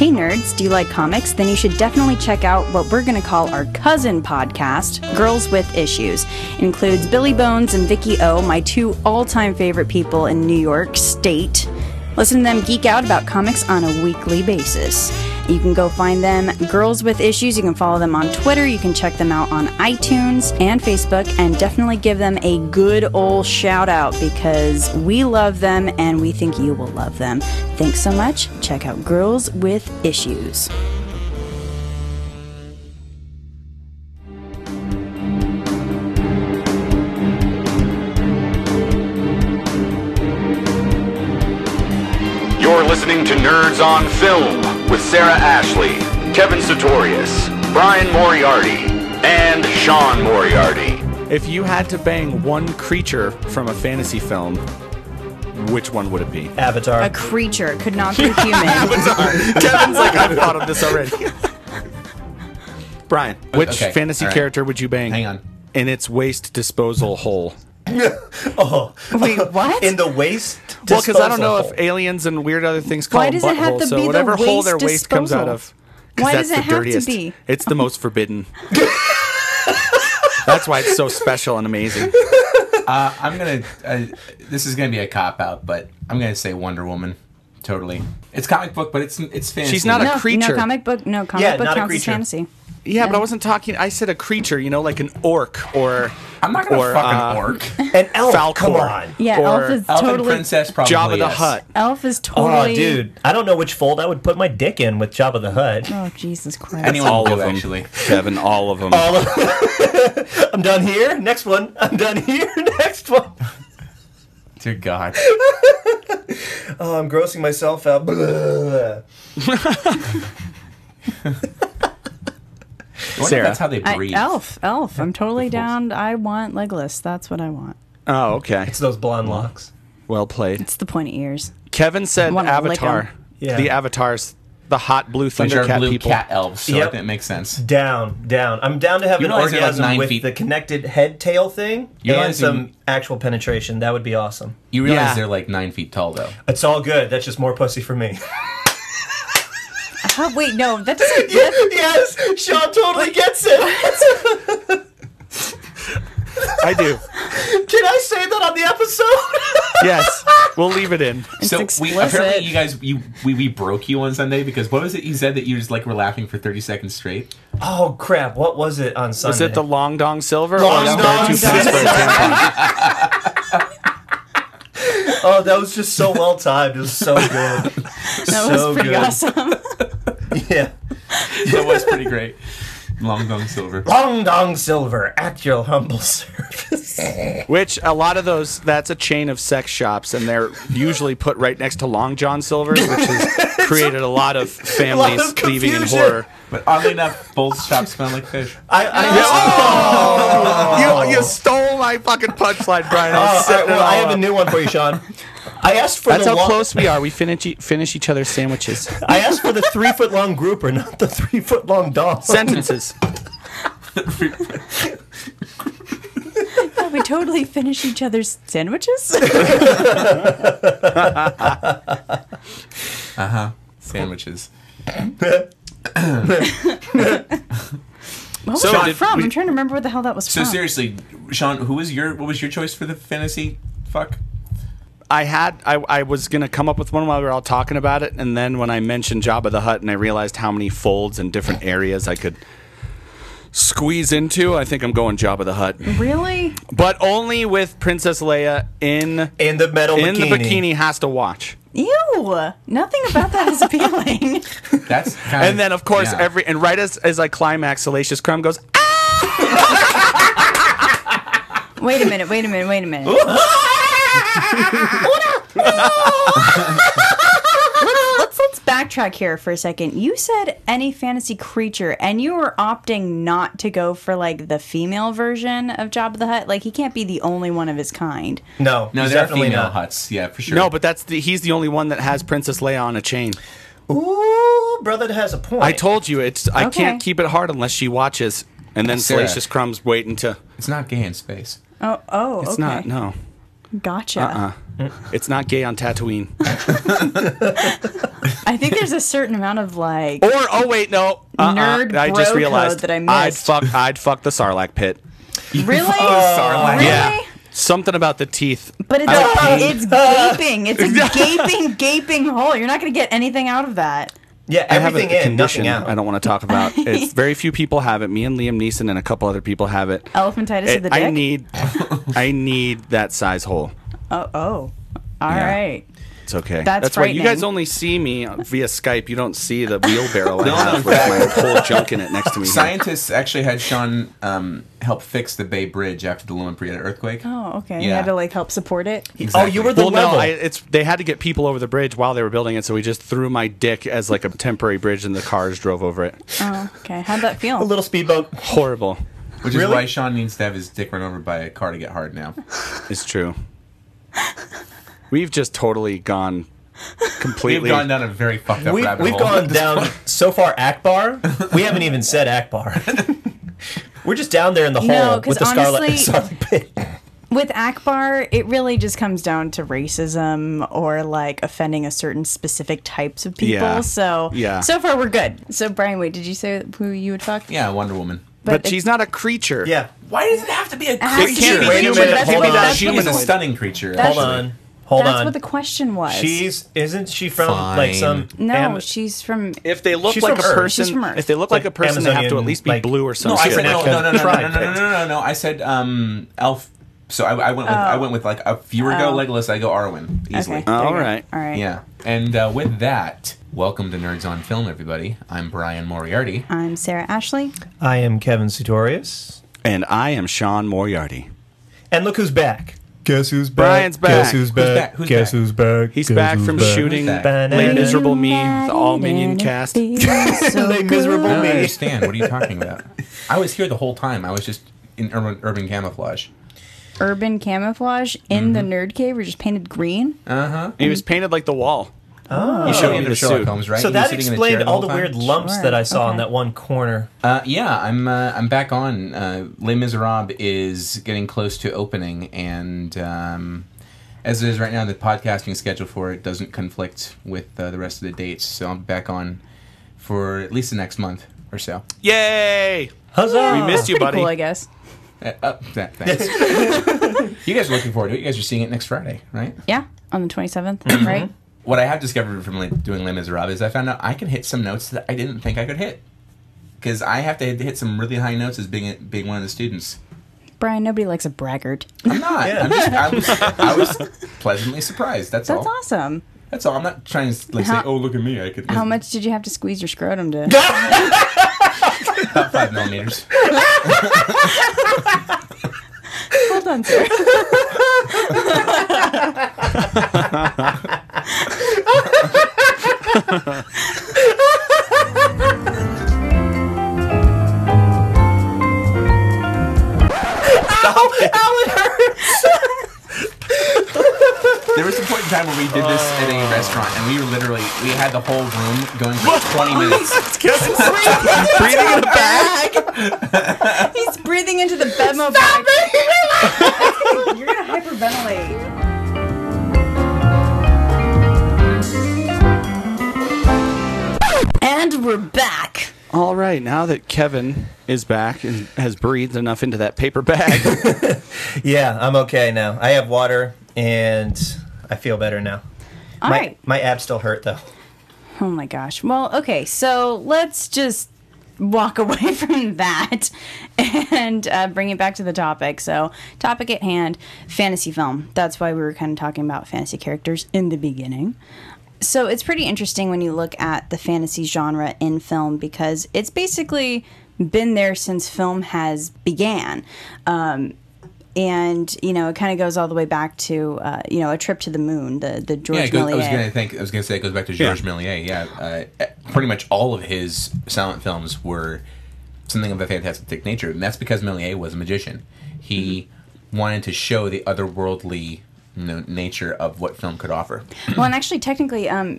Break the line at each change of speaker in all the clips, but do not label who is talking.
Hey nerds, do you like comics? Then you should definitely check out what we're going to call our cousin podcast, Girls with Issues. It includes Billy Bones and Vicky O, my two all-time favorite people in New York State. Listen to them geek out about comics on a weekly basis. You can go find them, Girls with Issues. You can follow them on Twitter. You can check them out on iTunes and Facebook, and definitely give them a good old shout out because we love them and we think you will love them. Thanks so much. Check out Girls with Issues.
You're listening to Nerds on Film with Sarah Ashley, Kevin Sartorius, Brian Moriarty, and Sean Moriarty.
If you had to bang one creature from a fantasy film, which one would it be?
Avatar.
A creature could not be human.
Kevin's like, I've thought of this already. Brian, which
okay,
fantasy
all right.
character would you bang?
Hang on.
In its waste disposal hole.
Wait, what?
Oh, In the waste.
Well, because I don't
disposal
know
hole.
if aliens and weird other things call
Why
them
does it have
buttholes,
to
so
be the
whatever hole their
waste
waste comes out
disposal?
of. 'cause
Why
that's
does it
the
have to
dirtiest.
be?
It's the most forbidden. that's why it's so special and amazing.
Uh, I'm gonna. Uh, this is gonna be a cop out, but I'm gonna say Wonder Woman. Totally. It's comic book, but it's it's fantasy.
She's not a
no,
creature.
no comic book. No comic
Yeah,
book
not a
counts as
creature.
fantasy.
Yeah, but I wasn't talking. I said a creature, you know, like an orc or
I'm not gonna
or,
fucking
uh,
orc. Oh,
An elf.
Falcor.
Come on.
Yeah,
Or
Elf is
Elf and
totally.
princess probably.
Jabba the
Oh, yes.
Hutt.
Elf is
Oh,
totally.
dude. I don't know which fold I would put my dick in with Jabba the Hutt.
Oh Jesus Christ!
Anyone
all
will
of
do,
them,
actually.
Kevin. All of them.
I'm done here. Next one. I'm done here. Next one.
Dear God.
Oh, I'm grossing myself out. Blah.
I wonder if
Sarah.
that's how they
I-
breathe.
elf, elf. I'm totally down. I want legless. That's what I want.
oh, okay.
It's those blonde locks.
Well played.
It's the pointy ears.
Kevin said
Wanna lick 'em.
Avatar.
Yeah.
The Avatars, the hot blue
Which are
Thundercat
blue
people.
cat elves, so
Yep.
I think it makes sense.
Down, down. I'm down to have
You
an
realize they're like
orgasm
nine
with
feet-
the connected head tail thing
You
and
realize you-
some actual penetration. That would be awesome.
You realize
Yeah.
they're like nine feet tall, though.
It's all good. That's just more pussy for me.
Huh, wait, no, that doesn't. that-
yes, Sean totally gets it.
I do.
Can I say that on the episode?
Yes, we'll leave it in.
so we
explicit.
apparently you guys you we, we broke you on Sunday because what was it you said that you just like were laughing for 30 seconds straight?
oh crap! What was it on Sunday?
Is it the Long Dong Silver? or
Long
is there
Dong
two
Silver.
points for a tampon?
oh, that was just so well timed. It was so good.
that was
so
pretty
good.
awesome.
Yeah.
That was pretty great. Long Dong Silver.
Long Dong Silver at your humble service.
Which a lot of those. That's a chain of sex shops, and they're usually put right next to Long John Silver's, which has created a lot of families leaving in
confusion.
horror.
But oddly enough, both shops smell like fish.
I, I,
You, you stole my fucking punchline, Brian. I
Oh,
was setting
all right, well,
it all
I have a
up.
new one for you, Sean. I asked for
That's
the
how
long-
close we are. We finish e- finish each other's sandwiches.
I asked for the three foot long grouper, not the three foot long dong.
Sentences.
we totally finish each other's sandwiches.
Sandwiches.
What was
So
that
did
from?
we-
I'm trying to remember where the hell that was
So
from.
seriously, Sean, who was your what was your choice for the fantasy fuck?
I had I, I was gonna come up with one while we were all talking about it, and then when I mentioned Jabba the Hutt and I realized how many folds and different areas I could squeeze into, I think I'm going Jabba the Hutt,
Really?
but only with Princess Leia in
In the metal
in the
bikini.
bikini has to watch,
Ew! Nothing about that is appealing.
That's kind
and then of course
yeah.
every and right as as I climax, Salacious Crumb goes. "Ah!"
wait a minute. Wait a minute. Wait a minute. let's let's backtrack here for a second. You said any fantasy creature, and you were opting not to go for like the female version of Jabba the Hutt. Like he can't be the only one of his kind.
No,
No,
he's
there are
definitely
female
not.
huts. Yeah, for sure.
No, but that's the, he's the only one that has Princess Leia on a chain.
Ooh, brother has a point.
I told you it's I
Okay.
can't keep it hard unless she watches, and then
Sarah.
Salacious Crumb's waiting to.
it's not gay in space.
Oh, oh,
It's
okay.
not no.
Gotcha.
Uh-uh. It's not gay on Tatooine.
I think there's a certain amount of like.
Or oh wait, no, uh-uh.
Nerd
I
bro
just
code
realized
that I
would
missed.
fuck. I'd fuck the Sarlacc pit.
Really?
Sarlacc.
Really?
Yeah. Something about the teeth.
But it's,
I like Uh,
a,
pain.
it's gaping. It's a gaping, gaping hole. You're not going to get anything out of that.
Yeah,
I have a
everything in,
condition
nothing out.
I don't want to talk about. It's very few people have it. Me and Liam Neeson and a couple other people have it.
Elephantitis
I-
of the dick.
I need, I need that size hole.
Oh, oh. All right.
Yeah. It's okay.
That's
That's why you guys
frightening.
only see me via Skype. You don't see the wheelbarrow I
No,
have
in
with
fact-
my whole junk in it next to me. here.
Scientists actually had Sean um, help fix the Bay Bridge after the Loma Prieta earthquake.
Oh, okay. You
Yeah.
had to like help support it.
Oh, you were the
Well,
level.
no, I, it's they had to get people over the bridge while they were building it, so we just threw my dick as like a temporary bridge, and the cars drove over it.
Oh, okay. How'd that feel?
a little speedboat.
Horrible.
Which is
Really?
why Sean needs to have his dick run over by a car to get hard now.
It's true. We've just totally gone
We've
completely.
gone down a very fucked up
We,
rabbit
we've
hole.
gone down so far Akbar. We haven't even said Akbar. We're just down there in the
No,
hole
'cause
with the Scarlet,
honestly-
Scarlet Pit.
With Akbar, it really just comes down to racism or like offending a certain specific types of people.
Yeah.
So
Yeah.
so far we're good. So Brian, wait, did you say who you would fuck?
Yeah, Wonder Woman.
but
it-
she's not a creature.
Yeah.
Why does it have to be a
has to be
can't be
human.
human.
That's,
Hold
what-
on.
that's what-
Human is a
that's
stunning creature.
That's-
Hold
actually.
on. Hold on.
what the question was.
She's isn't she from like some
no,
Am-
she's from
If they look
She's
like a
from Earth.
person,
She's from Earth.
if they look like, a
Like
person, they have to at
Amazonian,
least be
like-
blue or some
No, I
shit.
said no,
like
no,
a
no, no, no, no, no,
tribe
no, no,
picked.
no, no, no. I said um, elf. So I, I went with I went with like if you were go Legolas, I go Arwen easily.
Oh. Okay, there you
All
go.
right.
All right.
Yeah, and uh, with that, welcome to Nerds on Film, everybody. I'm Brian Moriarty.
I'm Sarah Ashley.
I am Kevin Sutorius.
And I am Sean Moriarty.
And look who's back. Guess who's back?
Brian's back.
Guess who's back?
back? Who's
Guess
back?
who's back?
He's
Guess
back
who's
from shooting
Who's
back?
Lay Miserable Me,
Tonight
the all minion
and it
cast.
feels so
Lay
good.
miserable
I don't
me.
understand. What are you talking about? I was here the whole time. I was just in urban, urban camouflage.
Urban camouflage in
Mm-hmm.
the nerd cave were just painted green.
He was painted like the wall. Oh. You showed me the
Sherlock
suit.
Holmes, right?
So
You were
that
sitting in a chair
explained all
whole
the
time?
weird lumps
Sure,
that I saw
okay.
in that one corner.
Uh, yeah, I'm uh, I'm back on. Uh, Les Miserables is getting close to opening, and um, as it is right now, the podcasting schedule for it doesn't conflict with uh, the rest of the dates, so I'm back on for at least the next month or so.
Yay!
Huzzah!
We
That's
missed you,
pretty
buddy.
cool, I guess.
Uh, uh, th- thanks. you guys are looking forward to it. You guys are seeing it next Friday, right?
Yeah, on the 27th,
Mm-hmm.
right?
What I have discovered from like, doing Les Miserables is I found out I can hit some notes that I didn't think I could hit. Because I have to hit some really high notes as being being one of the students.
Brian, nobody likes a braggart.
I'm not. I'm just, I, was, I was pleasantly surprised. That's,
That's
Oh.
all.
awesome.
That's all. I'm not trying to like,
How-
say, oh, look at me. I could.
Mm-hmm.
How much did you have to squeeze your scrotum to?
About five millimeters.
Hold on, sir.
There was a point in time where we did this at a restaurant, and we were literally, we had the whole room going for 20 minutes.
Breathing in a bag.
He's breathing into the Bemo bag. You're gonna hyperventilate. And we're back.
All right, now that Kevin is back and has breathed enough into that paper bag,
Yeah, I'm okay now. I have water and I feel better now.
All
my,
right.
my abs still hurt though.
Oh my gosh. Well, okay, so let's just walk away from that and uh, bring it back to the topic. So, topic at hand fantasy film. That's why we were kind of talking about fantasy characters in the beginning. So, it's pretty interesting when you look at the fantasy genre in film because it's basically been there since film has began Um, and you know it kind of goes all the way back to uh, you know a trip to the moon the the George
Yeah, it goes, I was
Milliet.
gonna think. I was gonna say it goes back to Georges Méliès. Yeah, uh, pretty much all of his silent films were something of a fantastic Mm-hmm. nature, and that's because Méliès was a magician. He wanted to show the otherworldly you know, nature of what film could offer.
Well, and actually, technically, um,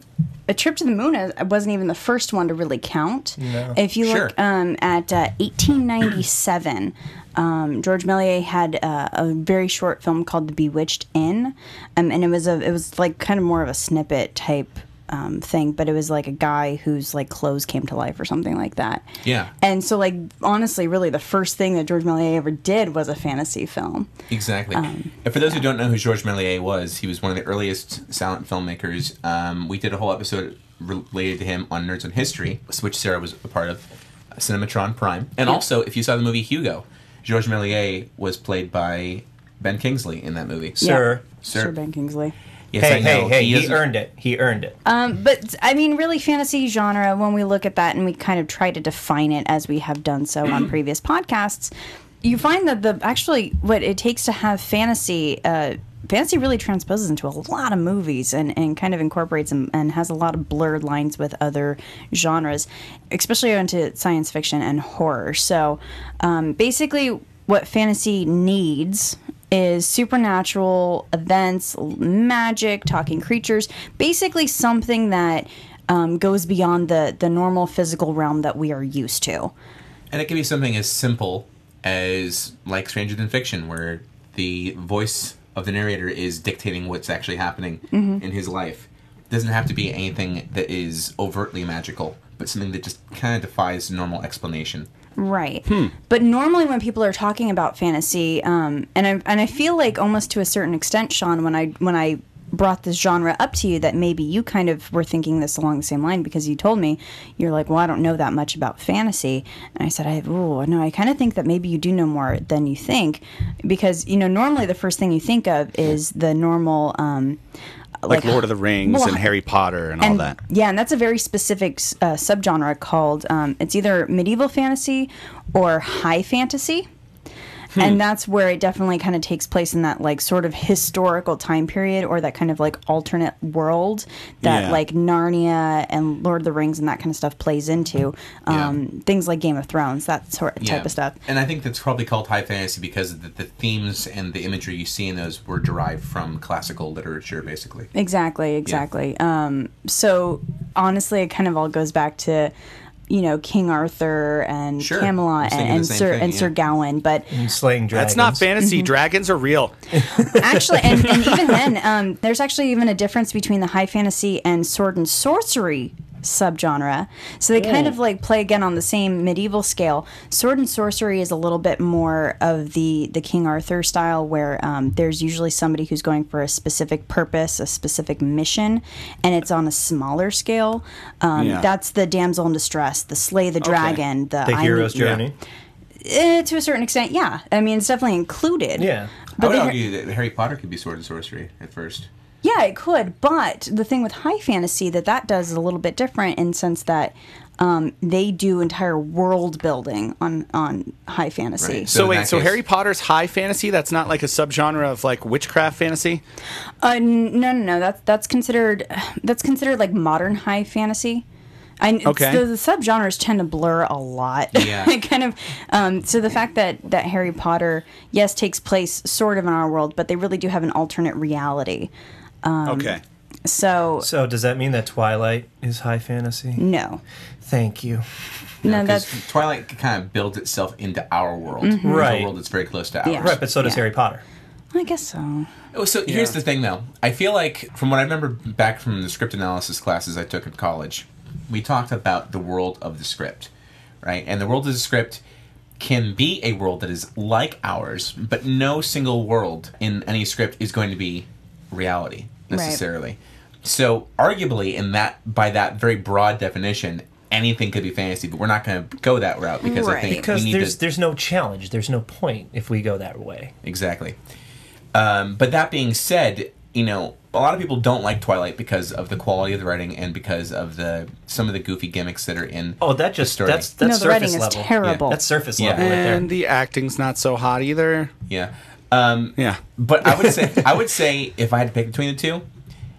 a trip to the moon is- wasn't even the first one to really count. If you look
Sure.
um, at uh, 1897, um, George Méliès had uh, a very short film called The Bewitched Inn, um, and it was a it was like kind of more of a snippet type. Um, thing, but it was like a guy whose like clothes came to life or something like that.
Yeah.
And so, like honestly, really, the first thing that George Méliès ever did was a fantasy film.
Exactly. and for those who don't know who Georges Méliès was, he was one of the earliest silent filmmakers. Um, we did a whole episode related to him on Nerds on History, which Sarah was a part of, uh, Cinematron Prime. And also, if you saw the movie Hugo, Georges Méliès was played by Ben Kingsley in that movie.
Sir.
Sir.
Sir Ben Kingsley.
Yes,
Hey,
I
hey,
know.
hey, he,
is-
earned it. He earned it.
Uh, Um, But I mean, really, fantasy genre, when we look at that and we kind of try to define it as we have done so on previous podcasts, you find that the actually what it takes to have fantasy, uh, fantasy really transposes into a lot of movies and, and kind of incorporates and, and has a lot of blurred lines with other genres, especially into science fiction and horror. So um, basically, what fantasy needs is supernatural events, l- magic, talking creatures, basically something that um, goes beyond the the normal physical realm that we are used to.
And it can be something as simple as like Stranger Than Fiction, where the voice of the narrator is dictating what's actually happening
Mm-hmm.
in his life. doesn't have to be anything that is overtly magical, but something that just kind of defies normal explanation.
Right.
Hmm.
But normally, when people are talking about fantasy, um, and I and I feel like almost to a certain extent, Sean, when I when I brought this genre up to you, that maybe you kind of were thinking this along the same line because you told me you're like, well, I don't know that much about fantasy, and I said, I oh no, I kind of think that maybe you do know more than you think, because you know normally the first thing you think of is the normal. Um,
like Lord of the Rings
Well,
and Harry Potter and, all that.
yeah, and that's a very specific uh, subgenre called um, it's either medieval fantasy or high fantasy.
Hmm.
And that's where it definitely kind of takes place in that like sort of historical time period or that kind of like alternate world that
Yeah.
like Narnia and Lord of the Rings and that kind of stuff plays into.
Yeah.
Um, Things like Game of Thrones, that sort
Yeah.
type of stuff.
And I think that's probably called high fantasy because the, the themes and the imagery you see in those were derived from classical literature, basically.
Exactly, exactly. Um, so honestly, it kind of all goes back to you know King Arthur and
Sure. I was
Camelot and,
thinking the
and
same
Sir
thing,
and Sir
yeah. Mm-hmm.
Gawain, but
Slaying
That's
dragons.
not fantasy. Dragons are real.
actually, and, and even then, um, there's actually even a difference between the high fantasy and sword and sorcery subgenre. So they kind of like play again on the same medieval scale. Sword and sorcery is a little bit more of the the King Arthur style, where um, there's usually somebody who's going for a specific purpose, a specific mission, and it's on a smaller scale. Um,
Yeah.
That's the damsel in distress, the slay the dragon, the,
The
I-
hero's journey.
Eh, to a certain extent, yeah. I mean, it's definitely included.
Yeah.
I would
they-
argue that Harry Potter could be sword and sorcery at first.
Yeah, it could, but the thing with high fantasy that that does is a little bit different in sense that um, they do entire world building on on high fantasy.
Right.
So
in
wait,
that
so
case-
Harry Potter's high fantasy? That's not like a subgenre of like witchcraft fantasy.
Uh, n- no, no, no. That's that's considered that's considered like modern high fantasy. I, it's-
Okay.
The, the subgenres tend to blur a lot.
Yeah.
It kind of. Um, so the fact that that Harry Potter, yes, takes place sort of in our world, but they really do have an alternate reality.
Um,
okay.
So
So does that mean that Twilight is high fantasy?
no,
Thank you.
no,
Because
that's Mm-hmm.
Twilight kind of builds itself into our world,
Right.
a world that's very close to ours.
Yeah.
Right, but so does
Yeah.
Harry Potter.
I guess so.
Oh, so here's the thing, though. I feel like, from what I remember back from the script analysis classes I took in college, we talked about the world of the script, right? And the world of the script can be a world that is like ours, but no single world in any script is going to be reality necessarily. So, arguably, in that by that very broad definition, anything could be fantasy, but we're not going to go that route because I think
Right.
we
Because
need
there's
to,
there's no challenge. There's no point if we go that way.
Exactly. Um, but that being said, you know, a lot of people don't like Twilight because of the quality of the writing and because of the some of the goofy gimmicks that are in.
Oh, that just
story.
that's that's
no, the writing
surface
is
level.
terrible.
That's surface
Yeah.
level right
And
there.
the acting's not so hot either.
yeah. Um,
Yeah.
But I would say I would say if I had to pick between the two,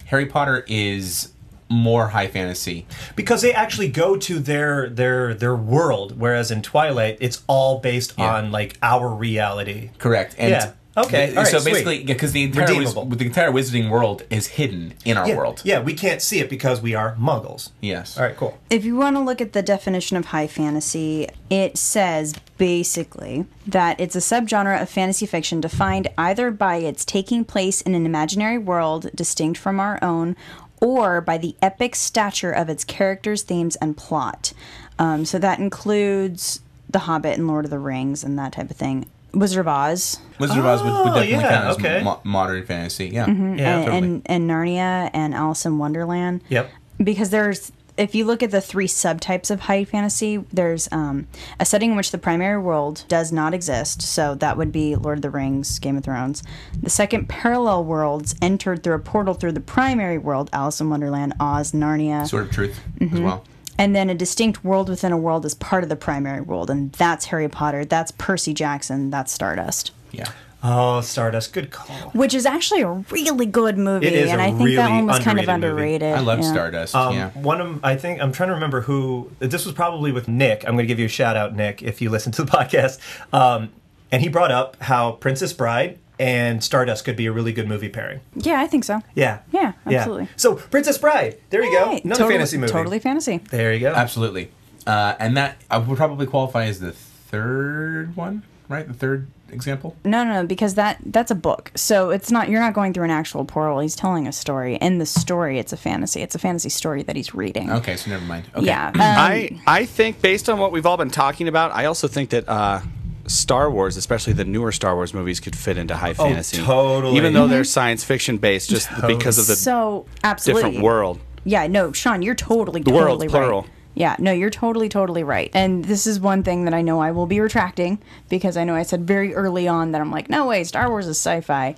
Harry Potter is more high fantasy.
because they actually go to their their their world whereas in twilight it's all based on like our reality
Correct. And
Yeah. Okay, all right,
so
sweet.
basically, because the entire wiz-
Redeemable.
the entire wizarding world is hidden in our
yeah,
world.
Yeah, we can't see it because we are muggles.
Yes.
All right, cool.
If you want to look at the definition of high fantasy, it says basically that it's a subgenre of fantasy fiction defined either by its taking place in an imaginary world distinct from our own or by the epic stature of its characters, themes, and plot. Um, so that includes The Hobbit and Lord of the Rings and that type of thing. Wizard of Oz
Wizard of Oz would, would
Oh,
definitely
yeah,
count as
okay.
mo- modern fantasy. Yeah.
Yeah,
and, and, and Narnia and Alice in Wonderland.
Yep.
because there's if you look at the three subtypes of high fantasy there's um, a setting in which the primary world does not exist so that would be lord of the rings game of thrones the second parallel worlds entered through a portal through the primary world alice in wonderland oz narnia
Sort of truth as well.
and then a distinct world within a world is part of the primary world and that's harry potter that's percy jackson that's stardust
Yeah.
Oh, Stardust, good call.
which is actually a really good movie
It is
and
a
I think that
really
one was kind of
underrated movie.
underrated
I love
yeah.
Stardust.
Um,
yeah.
One of I think I'm trying to remember who this was probably with Nick. I'm going to give you a shout out, Nick, if you listen to the podcast. Um, and he brought up how Princess Bride and Stardust could be a really good movie pairing.
yeah I think so
Yeah.
Yeah, absolutely.
So Princess Bride, there you go,
Right.
another
totally,
fantasy movie.
totally fantasy
There you go.
Absolutely. Uh, and that I would probably qualify as the third one, right? The third example.
No, no, no, because that that's a book. So it's not you're not going through an actual portal. He's telling a story. In the story, it's a fantasy. It's a fantasy story that he's reading.
Okay, so never mind. Okay.
Yeah. Um,
I I think based on what we've all been talking about, I also think that uh, Star Wars, especially the newer Star Wars movies, could fit into high
Oh,
fantasy.
totally.
Even
Mm-hmm.
though they're science fiction based, just because of the
so absolutely
different world.
Yeah, no, Sean, you're totally the
world,
totally
plural.
Right. Yeah, no, you're totally totally right. And this is one thing that I know I will be retracting because I know I said very early on that I'm like, no way, Star Wars is sci-fi.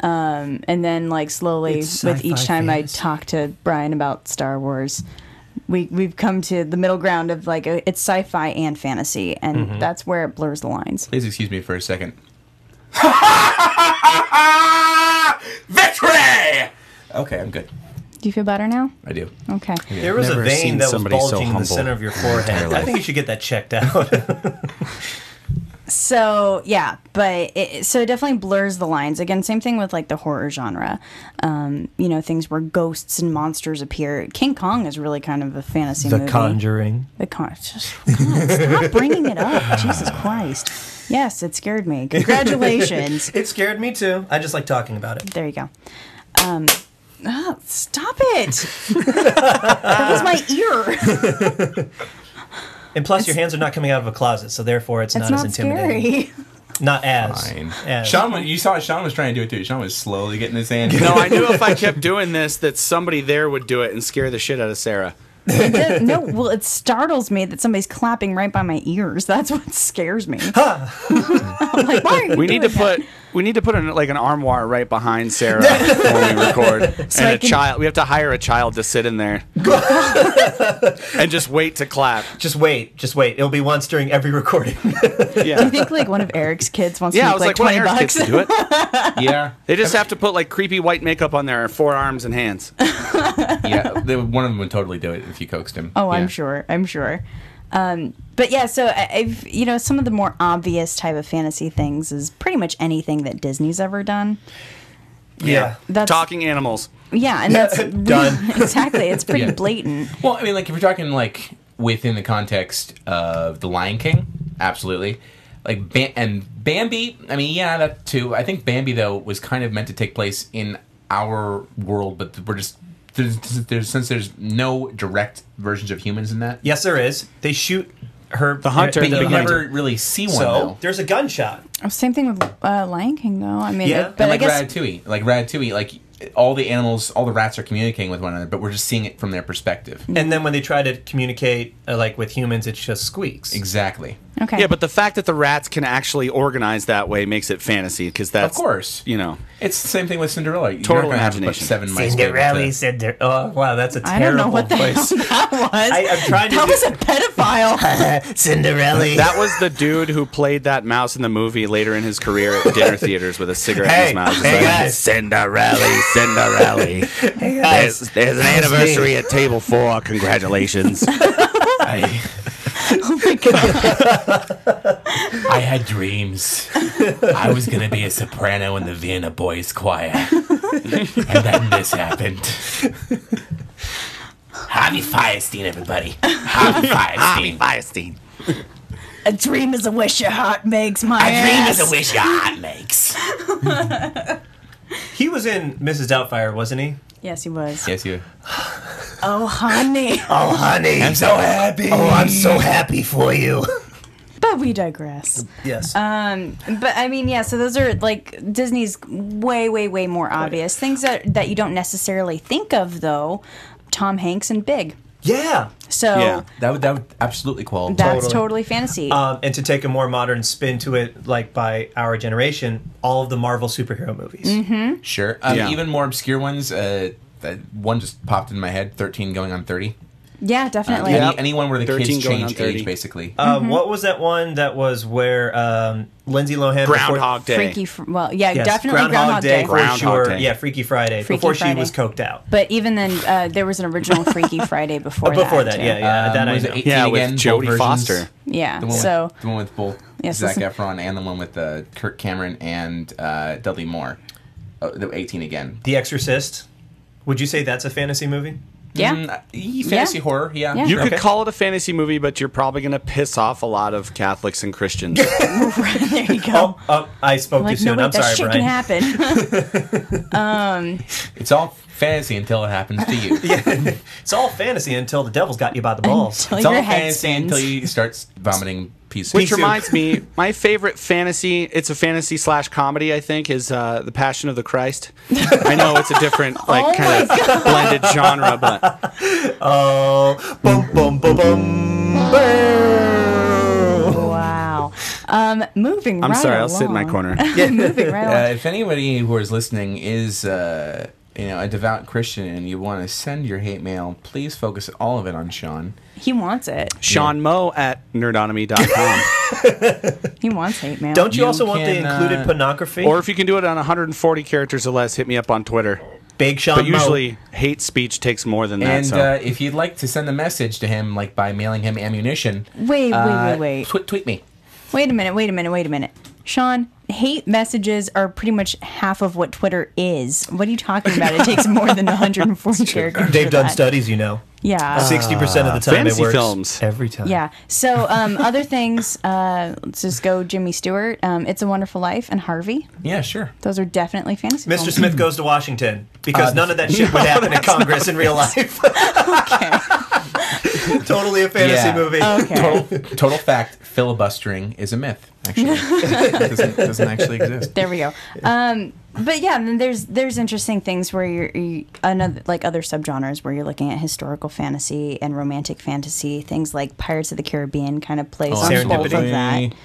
Um, and then like slowly
It's
with each
sci-fi
time
fantasy.
I talk to Brian about Star Wars, we we've come to the middle ground of like uh, it's sci-fi and fantasy, and that's where it blurs the lines.
Please excuse me for a second.
Victory!
Okay, I'm good.
Do you feel better now?
I do.
Okay.
There was a
Never
vein
seen
that was
somebody so
bulging in the
humble
center of your forehead. I think you should get that checked out.
So yeah, but it, so it definitely blurs the lines. Again, same thing with like the horror genre. Um, you know, things where ghosts and monsters appear. King Kong is really kind of a fantasy movie. The Con. Just, God, stop bringing it up. Jesus Christ. Yes, it scared me. Congratulations.
It scared me too. I just like talking about it.
there you go. Um, ah, stop it. that was my ear.
And plus, your hands are not coming out of a closet, so therefore it's,
It's
not, as
not
intimidating.
scary.
Not as.
Fine.
as.
Sean, was- you saw Sean was trying to do it too. Sean was slowly getting his hand.
No, I knew if I kept doing this, that somebody there would do it and scare the shit out of Sarah.
It- no, well, it startles me that somebody's clapping right by my ears. That's what scares me. I'm like, why are you
We need to
doing that?
put we need to put an, like an armoire right behind Sarah when we record,
So I
and a
can-
child. We have to hire a child to sit in there and just wait to clap.
Just wait. Just wait. It'll be once during every recording.
Yeah,
I think like one of Eric's kids wants
yeah. I
to
was
make like,
like, what
20 bucks.
Eric's kids to do it.
yeah.
They just have to put like creepy white makeup on their forearms and hands.
yeah. They, one of them would totally do it if you coaxed him.
Oh,
Yeah.
I'm sure. I'm sure. Um, but yeah, so I- I've you know some of the more obvious type of fantasy things is pretty much anything that Disney's ever done.
yeah.
That's
Talking animals.
Yeah, and that's done exactly. It's pretty
Yeah.
blatant.
Well, I mean, like if you're talking like within the context of The Lion King, absolutely. Like Bam- and Bambi, I mean, yeah, that too. I think Bambi though was kind of meant to take place in our world, but we're just there's, there's since there's no direct versions of humans in that.
Yes, there is. They shoot her. The
hunter
but
in the
you
beginning.
never really see one
So
though.
there's a gunshot.
Oh, same thing with uh, Lion King, though. I mean,
Yeah,
it- but
and
I
like
guess
Ratatouille, like Ratatouille, like all the animals, all the rats are communicating with one another, but we're just seeing it from their perspective.
And then when they try to communicate, uh, like with humans, it's just squeaks.
Exactly.
okay.
Yeah, but the fact that the rats can actually organize that way makes it fantasy because that's
Of course.
you know.
It's the same thing with Cinderella. You're
Total
not gonna have,
imagination.
like, seven mice be
Cinderella
able to-
said there. Oh, wow, that's a
I don't
terrible
know what the
voice.
hell that was.
I, I'm trying to.
that
do-
was a pedophile.
Cinderella.
That was the dude who played that mouse in the movie later in his career at dinner theaters with a cigarette in his mouth. It's like,
Cinderella, Cinderella.
hey
There's, there's an anniversary at table four. Congratulations.
I-
oh my god.
I had dreams. I was going to be a soprano in the Vienna Boys Choir. and then this happened. Javi Feinstein, everybody. Javi Feinstein.
Feinstein.
A dream is a wish your heart makes, my
A dream is
ass.
a wish your heart makes.
He was in Mrs. Doubtfire, wasn't he?
Yes, he was.
Yes, you.
Oh, honey.
Oh, honey.
I'm so happy.
Oh, I'm so happy for you.
But we digress.
Yes.
Um, but I mean, yeah. So those are like Disney's way, way, way more obvious things that that you don't necessarily think of, though. Tom Hanks and Big.
yeah.
So
Yeah.
That would that would absolutely qualify.
that's
Totally.
totally, fantasy.
Um, and to take a more modern spin to it, like by our generation, all of the Marvel superhero movies.
Mm-hmm,
Sure. Um,
Yeah.
Even more obscure ones. Uh, that one just popped in my head. Thirteen going on thirty.
Oh, yeah, definitely.
yeah.
Any, anyone where the
13
kids
going on
change
30.
age, basically.
mm-hmm.
Um, what was that one that was where um, Lindsay Lohan? before-
Groundhog Day.
Freaky. Fr- well, yeah,
Yes,
definitely Groundhog, Day.
for
Groundhog
sure.
Day.
Yeah, Freaky Friday
Freaky
before
Friday.
she was coked out.
But even then, uh, there was an original Freaky Friday before that.
Before that,
too.
yeah, yeah,
Um,
that I
was it
know.
18
Yeah, with
again, both
Jodie
versions?
Foster.
yeah.
The one,
so
with, the one with both
Yes,
Zach
listen.
Efron and the one with uh, Kirk Cameron and uh, Dudley Moore. Oh, the 18 again.
The Exorcist. Would you say that's a fantasy movie?
yeah,
Mm, uh, e- fantasy
Yeah.
horror, yeah.
Yeah.
You could
Okay.
call it a fantasy movie, but you're probably going to piss off a lot of Catholics and Christians.
there you go.
Oh, oh I spoke
like,
too
no,
soon.
wait,
I'm
that
sorry,
shit can
Brian.
happen.
It's all fantasy until it happens to you.
It's all fantasy until the devil's got you by the balls.
Until
It's all
your head
fantasy
spins.
until you start vomiting pieces.
Which reminds me, my favorite fantasy, it's a fantasy slash comedy, I think, is uh, The Passion of the Christ. I know it's a different, like, kind of blended genre, but
Bum, bum, bum, bum, bam.
Wow. Um, moving.
I'm
right
sorry, I'll sit in my
along.
corner.
moving right along.
Uh, if anybody who is listening is, uh, you know, a devout Christian and you want to send your hate mail, please focus all of it on Sean.
He wants it.
Sean Moe at nerdonomy.com.
He wants hate mail.
Don't you,
You
also want the
can, uh,
included pornography?
or if you can do it on 140 characters or less, hit me up on Twitter.
Big Sean
But
Moe.
usually, hate speech takes more than that.
And
so.
uh, if you'd like to send a message to him, like by mailing him ammunition,
Wait, wait,
uh,
wait, wait.
tw- tweet me.
Wait a minute. Wait a minute. Wait a minute. Sean, hate messages are pretty much half of what Twitter is. What are you talking about? It takes more than 140 characters.
They've
for
done
that.
studies, you know.
Yeah.
Sixty percent of the time,
fantasy
it works.
films.
every time.
yeah. So um, other things, uh, let's just go Jimmy Stewart, um, It's a Wonderful Life, and Harvey.
Yeah, sure.
Those are definitely fantasy
Mr.
films.
Smith goes to Washington because
Uh,
none of that shit would happen in Congress in real life.
Okay.
totally a fantasy
Yeah.
movie.
Okay.
Total, total fact: filibustering is a myth. Actually, it doesn't, doesn't actually exist.
There we go. Um, but yeah, then there's there's interesting things where you're you, another like other subgenres where you're looking at historical fantasy and romantic fantasy. Things like Pirates of the Caribbean kind of plays on both of
Oh, Serendipity.
that.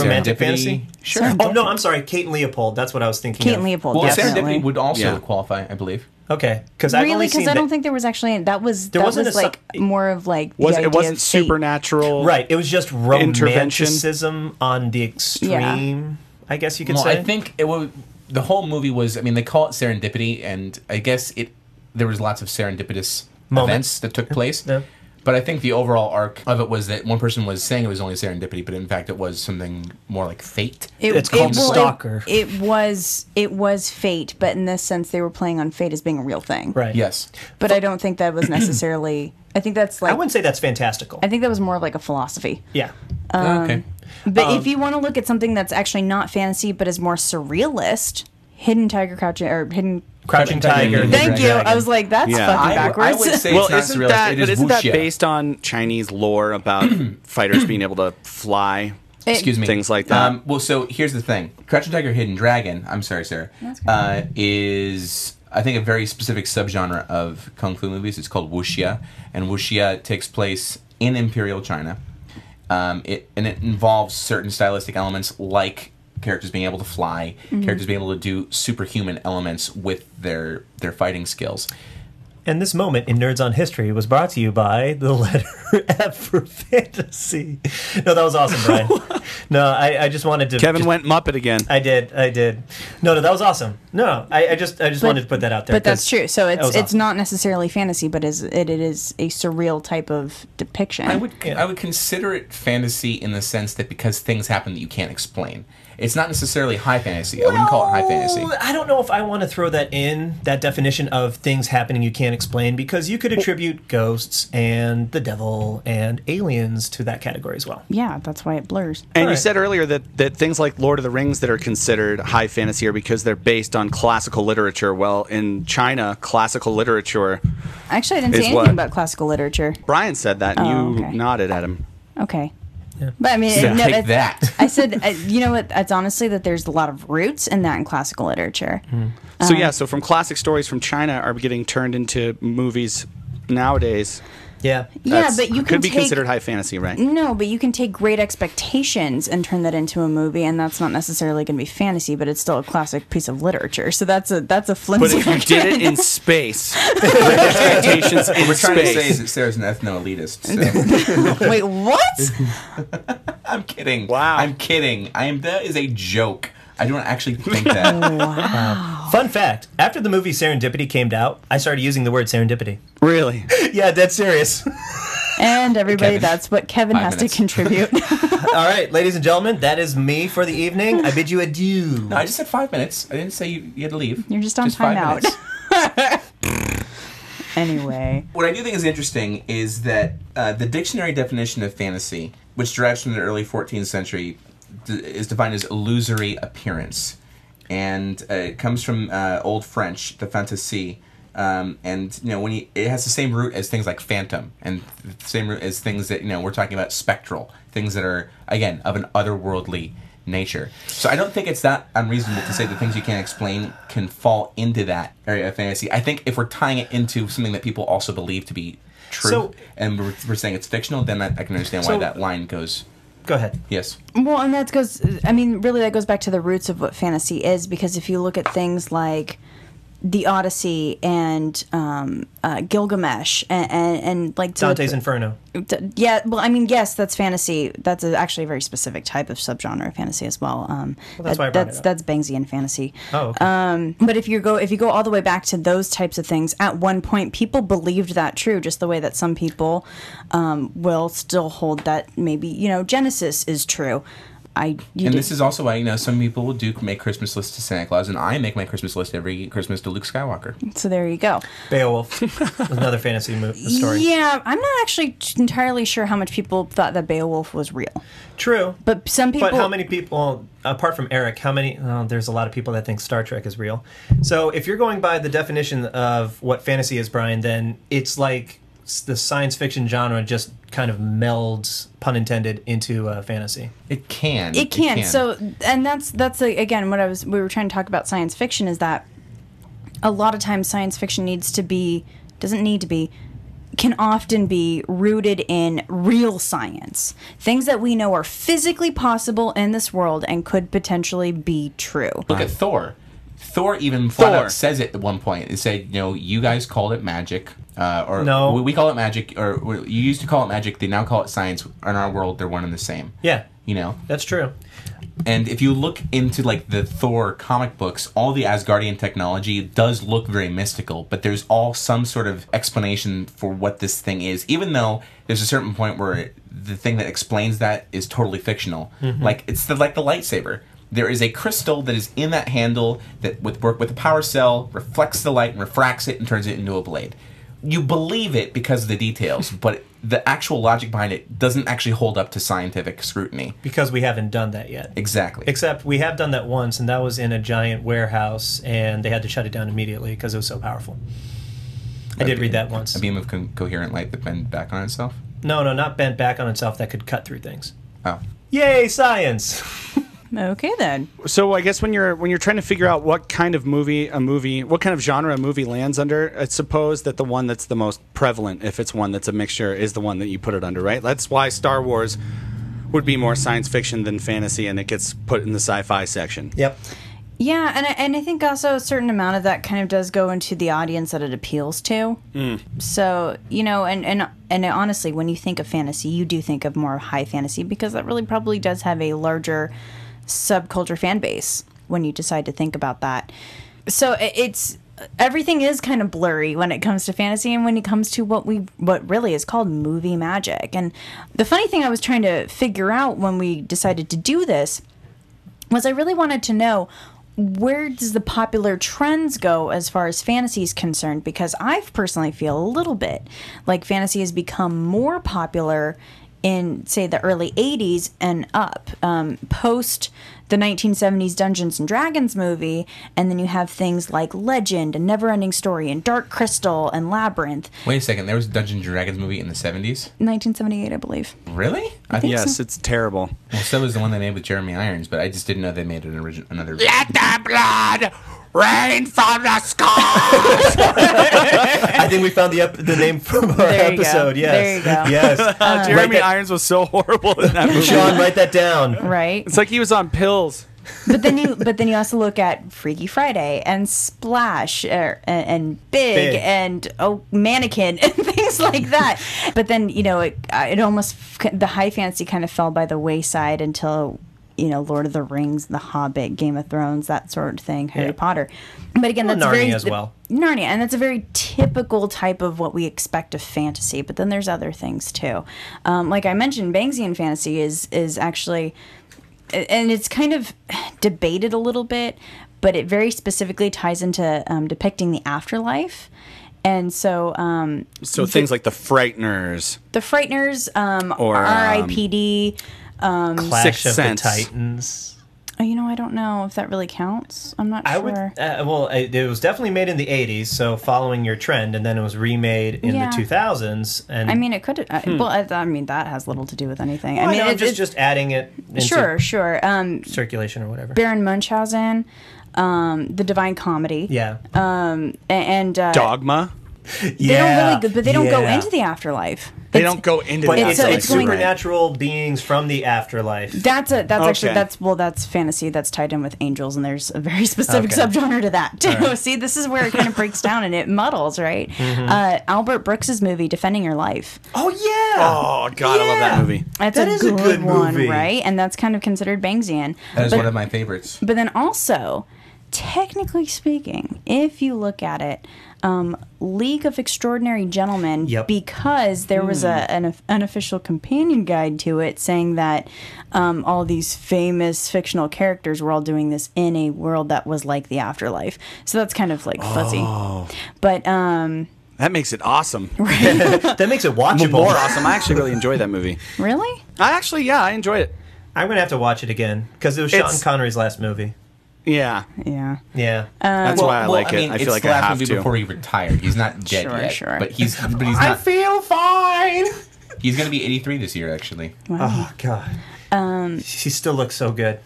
Romantic
Serendipity.
fantasy?
Sure.
Serendipity.
Oh no, I'm sorry, Kate and Leopold. That's what I was thinking.
Kate
of.
and Leopold,
Well,
definitely.
serendipity would also
Yeah.
qualify, I believe.
Okay, because I've
really,
only
because
seen
I don't
the-
think there was actually that was
There
that
wasn't
was
a su-
like more of like the
was,
idea
it wasn't
of fate.
supernatural.
Right, it was just
Intervention.
romanticism on the extreme. I guess you could
Well,
say.
I think it was the whole movie was. I mean, they call it serendipity, and I guess it there was lots of serendipitous
Moments.
events that took place.
Yeah.
But I think the overall arc of it was that one person was saying it was only serendipity, but in fact, it was something more like fate.
It's called
well,
Stalker.
It, it was it was fate, but in this sense, they were playing on fate as being a real thing.
right.
yes.
But I don't think that was necessarily. I think that's
I
like
wouldn't say that's fantastical.
I think that was more of like a philosophy.
yeah.
Um,
okay.
But
Um,
if you want to look at something that's actually not fantasy but is more surrealist, Hidden Tiger Crouching or Hidden.
Crouching
Crouching
Tiger.
Tiger,
Hidden
Thank you.
Dragon.
I was like, that's
Yeah.
fucking
I, I
backwards.
would say
Well,
it's not
isn't
surrealist.
that,
it
but
is
isn't that
wuxia.
based on Chinese lore about fighters being able to fly?
Excuse me.
Things like that.
Um, well, so here's the thing: Crouching Tiger, Hidden Dragon. I'm sorry, Sarah. uh, is I think a very specific subgenre of kung fu movies. It's called wuxia, and wuxia takes place in Imperial China. Um, it and it involves certain stylistic elements like characters being able to fly,
Mm-hmm.
characters being able to do superhuman elements with their their fighting skills.
And this moment in Nerds on History was brought to you by the letter F for fantasy. No, that was awesome, Brian. no, I, I just wanted to.
Kevin
just-
went Muppet again.
I did. I did. No, no, that was awesome. No, I, I just, I just wanted to put that out there.
But that's
'cause
true. So
that
it's
was
it's
awesome.
not necessarily fantasy, but is it, it is a surreal type of depiction.
I would I would consider it fantasy in the sense that because things happen that you can't explain. It's not necessarily high fantasy. I wouldn't call it high fantasy.
Well, I don't know if I want to throw that in that definition of things happening you can't explain because you could attribute ghosts and the devil and aliens to that category as well.
yeah, that's why it blurs.
And you
Alright.
said earlier that, that things like Lord of the Rings that are considered high fantasy are because they're based on classical literature. Well, in China, classical literature,
Actually, I didn't say
Is
anything
what?
about classical literature.
Brian said that, and
Oh,
you
okay.
nodded at him.
Okay. But I mean,
So
it- no,
take
it's-
that.
I said, I, you know what? It's honestly that there's a lot of roots in that in classical literature.
Hmm.
So,
Um,
yeah, so from classic stories from China are getting turned into movies nowadays.
Yeah.
Yeah,
That's-
but you
could
can
be
take, Mm.
considered high fantasy, right?
No, but you can take Great Expectations and turn that into a movie, and that's not necessarily going to be fantasy, but it's still a classic piece of literature. So that's a that's a
But
flimsy.
if you did it in space, Great expectations in
What we're trying to say is
space.
that Sarah's an ethno elitist. So.
Wait, what?
I'm kidding.
Wow.
I'm kidding. I am. That is a joke. I don't actually think that.
Fun fact: After the movie Serendipity came out, I started using the word serendipity.
Really?
yeah, dead serious.
And everybody,
Kevin.
that's what Kevin
Five
has
minutes.
to contribute.
All right, ladies and gentlemen, that is me for the evening. I bid you adieu.
I just said five minutes. I didn't say you, you had to leave.
You're just on
five
timeout.
minutes.
anyway,
what I do think is interesting is that uh, the dictionary definition of fantasy, which derives from the early 14th century, d- is defined as illusory appearance, and uh, it comes from uh, Old French, the fantasy. Um, and you know when you, it has the same root as things like phantom, and the same root as things that you know we're talking about spectral things that are again of an otherworldly nature. So I don't think it's that unreasonable to say that things you can't explain can fall into that area of fantasy. I think if we're tying it into something that people also believe to be true,
So-
and we're, we're saying it's fictional, then I, I can understand why
So- Mm-hmm.
that line goes.
Go ahead.
Yes.
well, and that goes. I mean, really, that goes back to the roots of what fantasy is, because if you look at things like the Odyssey and um, uh, Gilgamesh and, and, and like to-
Dante's Inferno.
D- yeah well i mean yes that's fantasy that's a, actually a very specific type of subgenre of fantasy as well um
that's why I brought it
that's
up.
that's Bangsian fantasy
Oh, okay.
um but if you go if you go all the way back to those types of things at one point people believed that true just the way that some people um will still hold that maybe you know genesis is true i you
And
did-
this is also why you know some people will do make Christmas lists to Santa Claus, and I make my Christmas list every Christmas to Luke Skywalker.
so there you go
Beowulf, another fantasy mo- story.
yeah i'm not actually t- entirely sure how much people thought that beowulf was real
True.
but some people
But how many people, apart from Eric, how many? Oh, there's a lot of people that think Star Trek is real. So if you're going by the definition of what fantasy is, Brian, then it's like s- the science fiction genre just kind of melds, pun intended, into uh, fantasy.
It can.
it can. So, and that's that's a, again what I was we were trying to talk about science fiction is that a lot of times science fiction needs to be doesn't need to be can often be rooted in real science things that we know are physically possible in this world and could potentially be true
Look at Thor. Thor even flat
Thor.
out says it at one point. It said, "You know, you guys called it magic, uh, or
No.
we, we call it magic, or we- you used to call it magic. They now call it science. In our world, they're one and the same."
Yeah,
You know,
that's true.
and if you look into like the Thor comic books, all the Asgardian technology does look very mystical, but there's all some sort of explanation for what this thing is, even though there's a certain point where it, the thing that explains that is totally fictional. Like it's the, like the lightsaber. There is a crystal that is in that handle that with work with a power cell reflects the light and refracts it and turns it into a blade. You believe it because of the details, but the actual logic behind it doesn't actually hold up to scientific scrutiny.
Because we haven't done that yet.
Exactly.
Except we have done that once, and that was in a giant warehouse, and they had to shut it down immediately because it was so powerful. I did read that once.
a beam of con- coherent light that bend back on itself.
No, no, not bent back on itself that could cut through things.
Oh,
Yay, science!
okay then
So I guess when you're when you're trying to figure out what kind of movie a movie what kind of genre a movie lands under, I suppose that the one that's the most prevalent, if it's one that's a mixture, is the one that you put it under, right? That's why Star Wars would be more science fiction than fantasy, and it gets put in the sci-fi section.
Yep.
Yeah, and I, and I think also a certain amount of that kind of does go into the audience that it appeals to. So you know, and and and honestly, when you think of fantasy, you do think of more high fantasy because that really probably does have a larger subculture fan base when you decide to think about that. So i- it's everything is kind of blurry when it comes to fantasy and when it comes to what we what really is called movie magic. And the funny thing I was trying to figure out when we decided to do this was I really wanted to know where does the popular trends go as far as fantasy is concerned? Because I personally feel a little bit like fantasy has become more popular in, say, the early 80s and up, um, post the 1970s Dungeons and Dragons movie. And then you have things like Legend and Neverending Story and Dark Crystal and Labyrinth,
Wait a second. There was a Dungeons and Dragons movie in the 70s?
1978, I believe.
Really? I think
Yes, it's terrible.
well, so was the one they made with Jeremy Irons, but I just didn't know they made an origin- another.
Let the blood rain from the sky.
I think we found the ep- the name from our
There you go.
episode. Yes,
There you go. Uh,
yes.
Jeremy
Write that-
Irons was so horrible in that movie.
Sean, write that down.
Right?
It's like he was on pills.
but then you but then you also look at Freaky Friday and Splash er, and, and Big,
Big.
and oh Mannequin and things like that. but then you know it uh, it almost f- the high fantasy kind of fell by the wayside until you know Lord of the Rings, The Hobbit, Game of Thrones, that sort of thing, Harry
Yeah.
Potter. But again,
Well,
that's
Narnia
very
as well.
Narnia, and that's a very typical type of what we expect of fantasy. But then there's other things too. Um, like I mentioned, Banksian fantasy is is actually and it's kind of debated a little bit, but it very specifically ties into um, depicting the afterlife. And so um,
So things like the Frighteners,
the Frighteners, um,
Or, um,
RIPD.
Clash
Sixth
of
Sense.
the Titans.
Oh, you know, I don't know if that really counts. I'm not
I
sure.
would. Uh, well, it, it was definitely made in the '80s, so following your trend, and then it was remade in
Yeah.
the 2000s. And
I mean, it could. I well, I, I mean, that has little to do with anything. I
Hmm. I
mean,
know,
it,
just
it-
just adding it. Into
sure, sure. Um,
Circulation or whatever.
Baron Munchausen, um, the Divine Comedy,
Yeah.
a- and uh,
Dogma.
They
yeah.
don't really, but they don't go
yeah.
into the afterlife.
They
It's-
don't go into
But
the
it's,
so
afterlife,
it's,
it's
you're
going-
right.
supernatural beings from the afterlife.
That's a that's actually
Okay.
that's well that's fantasy that's tied in with angels and there's a very specific
Okay.
subgenre to that too. See, this is where it kind of breaks down and it muddles, right?
Mm-hmm.
Uh, Albert Brooks's movie Defending Your Life.
oh yeah.
Oh God, I love that
Yeah.
movie.
That's
That
a,
is a
good
good
one,
movie.
right? And that's kind of considered Bangsian.
That is
but,
one of my favorites.
but then also, technically speaking, if you look at it, um, League of Extraordinary Gentlemen,
Yep.
because there was a, an unofficial companion guide to it saying that um, all these famous fictional characters were all doing this in a world that was like the afterlife. So that's kind of like fuzzy. But um,
That makes it awesome.
That makes it
More
watchable.
awesome. I actually really enjoy that movie.
really?
I actually, yeah, I enjoy it.
I'm gonna have to watch it again because it was Sean
It's-
Connery's last movie.
Yeah,
Yeah.
Yeah.
Uh,
that's why I
Well,
like it.
mean,
I
it's
feel like
the
I
last
have
movie
to.
before he retired. He's not dead
Sure,
yet,
sure.
but he's but he's not.
feel fine.
he's gonna be 83 this year, actually.
oh God. Um. She still looks so good.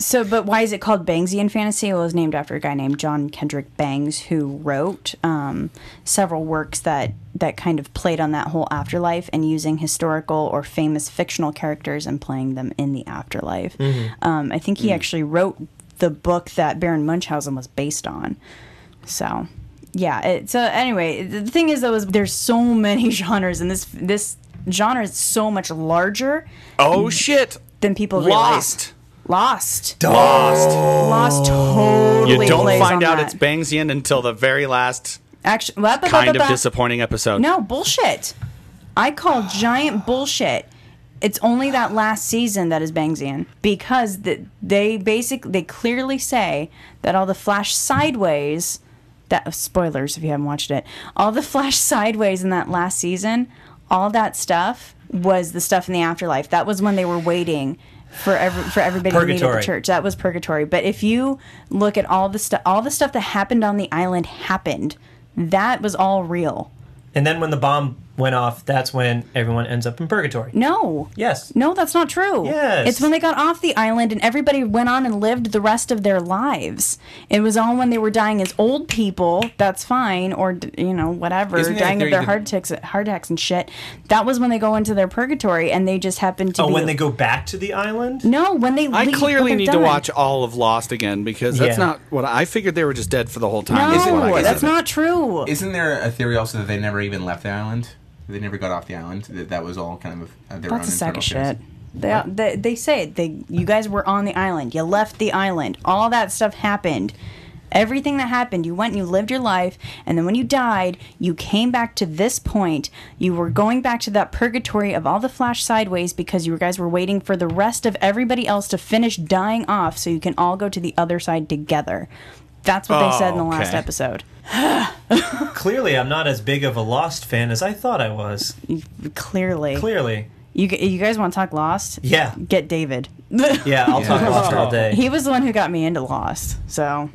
So, but why is it called Bangsian fantasy? Well, it was named after a guy named John Kendrick Bangs, who wrote um, several works that that kind of played on that whole afterlife and using historical or famous fictional characters and playing them in the afterlife. Um, I think he actually wrote the book that Baron Munchausen was based on. So, yeah. It, so anyway, the thing is though is there's so many genres, and this this genre is so much larger
Oh shit!
than people realize.
Lost.
Lost.
Lost.
Lost totally.
You don't
plays on
find out
that.
it's Bangsian until the very last
actually blah, blah, blah,
kind
blah,
of
blah.
disappointing episode.
No bullshit. I call giant bullshit. It's only that last season that is Bangsian because the, they basically they clearly say that all the Flash sideways that oh, spoilers if you haven't watched it all the Flash sideways in that last season all that stuff was the stuff in the afterlife that was when they were waiting for every, for everybody to meet at the
Purgatory.
church that was purgatory but if you look at all the stuff all the stuff that happened on the island happened that was all real
And then when the bomb went off, that's when everyone ends up in purgatory.
No.
Yes.
No, that's not true.
Yes.
It's when they got off the island and everybody went on and lived the rest of their lives. It was all when they were dying as old people, that's fine, or, d- you know, whatever,
Isn't there a
dying of
theory
their
that-
heart attacks, heart attacks and shit. That was when they go into their purgatory and they just happen to
Oh,
be.
when they go back to the island?
No, when they
I
leave, when
clearly
they're
need to
done.
watch all of Lost again because that's
Yeah.
not what I, I figured. They were just dead for the whole time. is what I
No,
gathered.
that's not true.
Isn't there a theory also that they never even left the island? They never got off the island. That that was all kind of uh, their own.
That's a sack
internal
of
theories.
shit. They, they, they say it. They, you guys were on the island. You left the island. All that stuff happened. Everything that happened, you went and you lived your life, and then when you died, you came back to this point. You were going back to that purgatory of all the flash sideways because you guys were waiting for the rest of everybody else to finish dying off so you can all go to the other side together. That's what they said in the last
Okay.
episode.
Clearly, I'm not as big of a Lost fan as I thought I was.
Clearly.
Clearly.
You, g- you guys want to talk Lost?
Yeah.
Get David.
Yeah, I'll talk
Yeah.
Lost all day.
He was the one who got me into Lost. So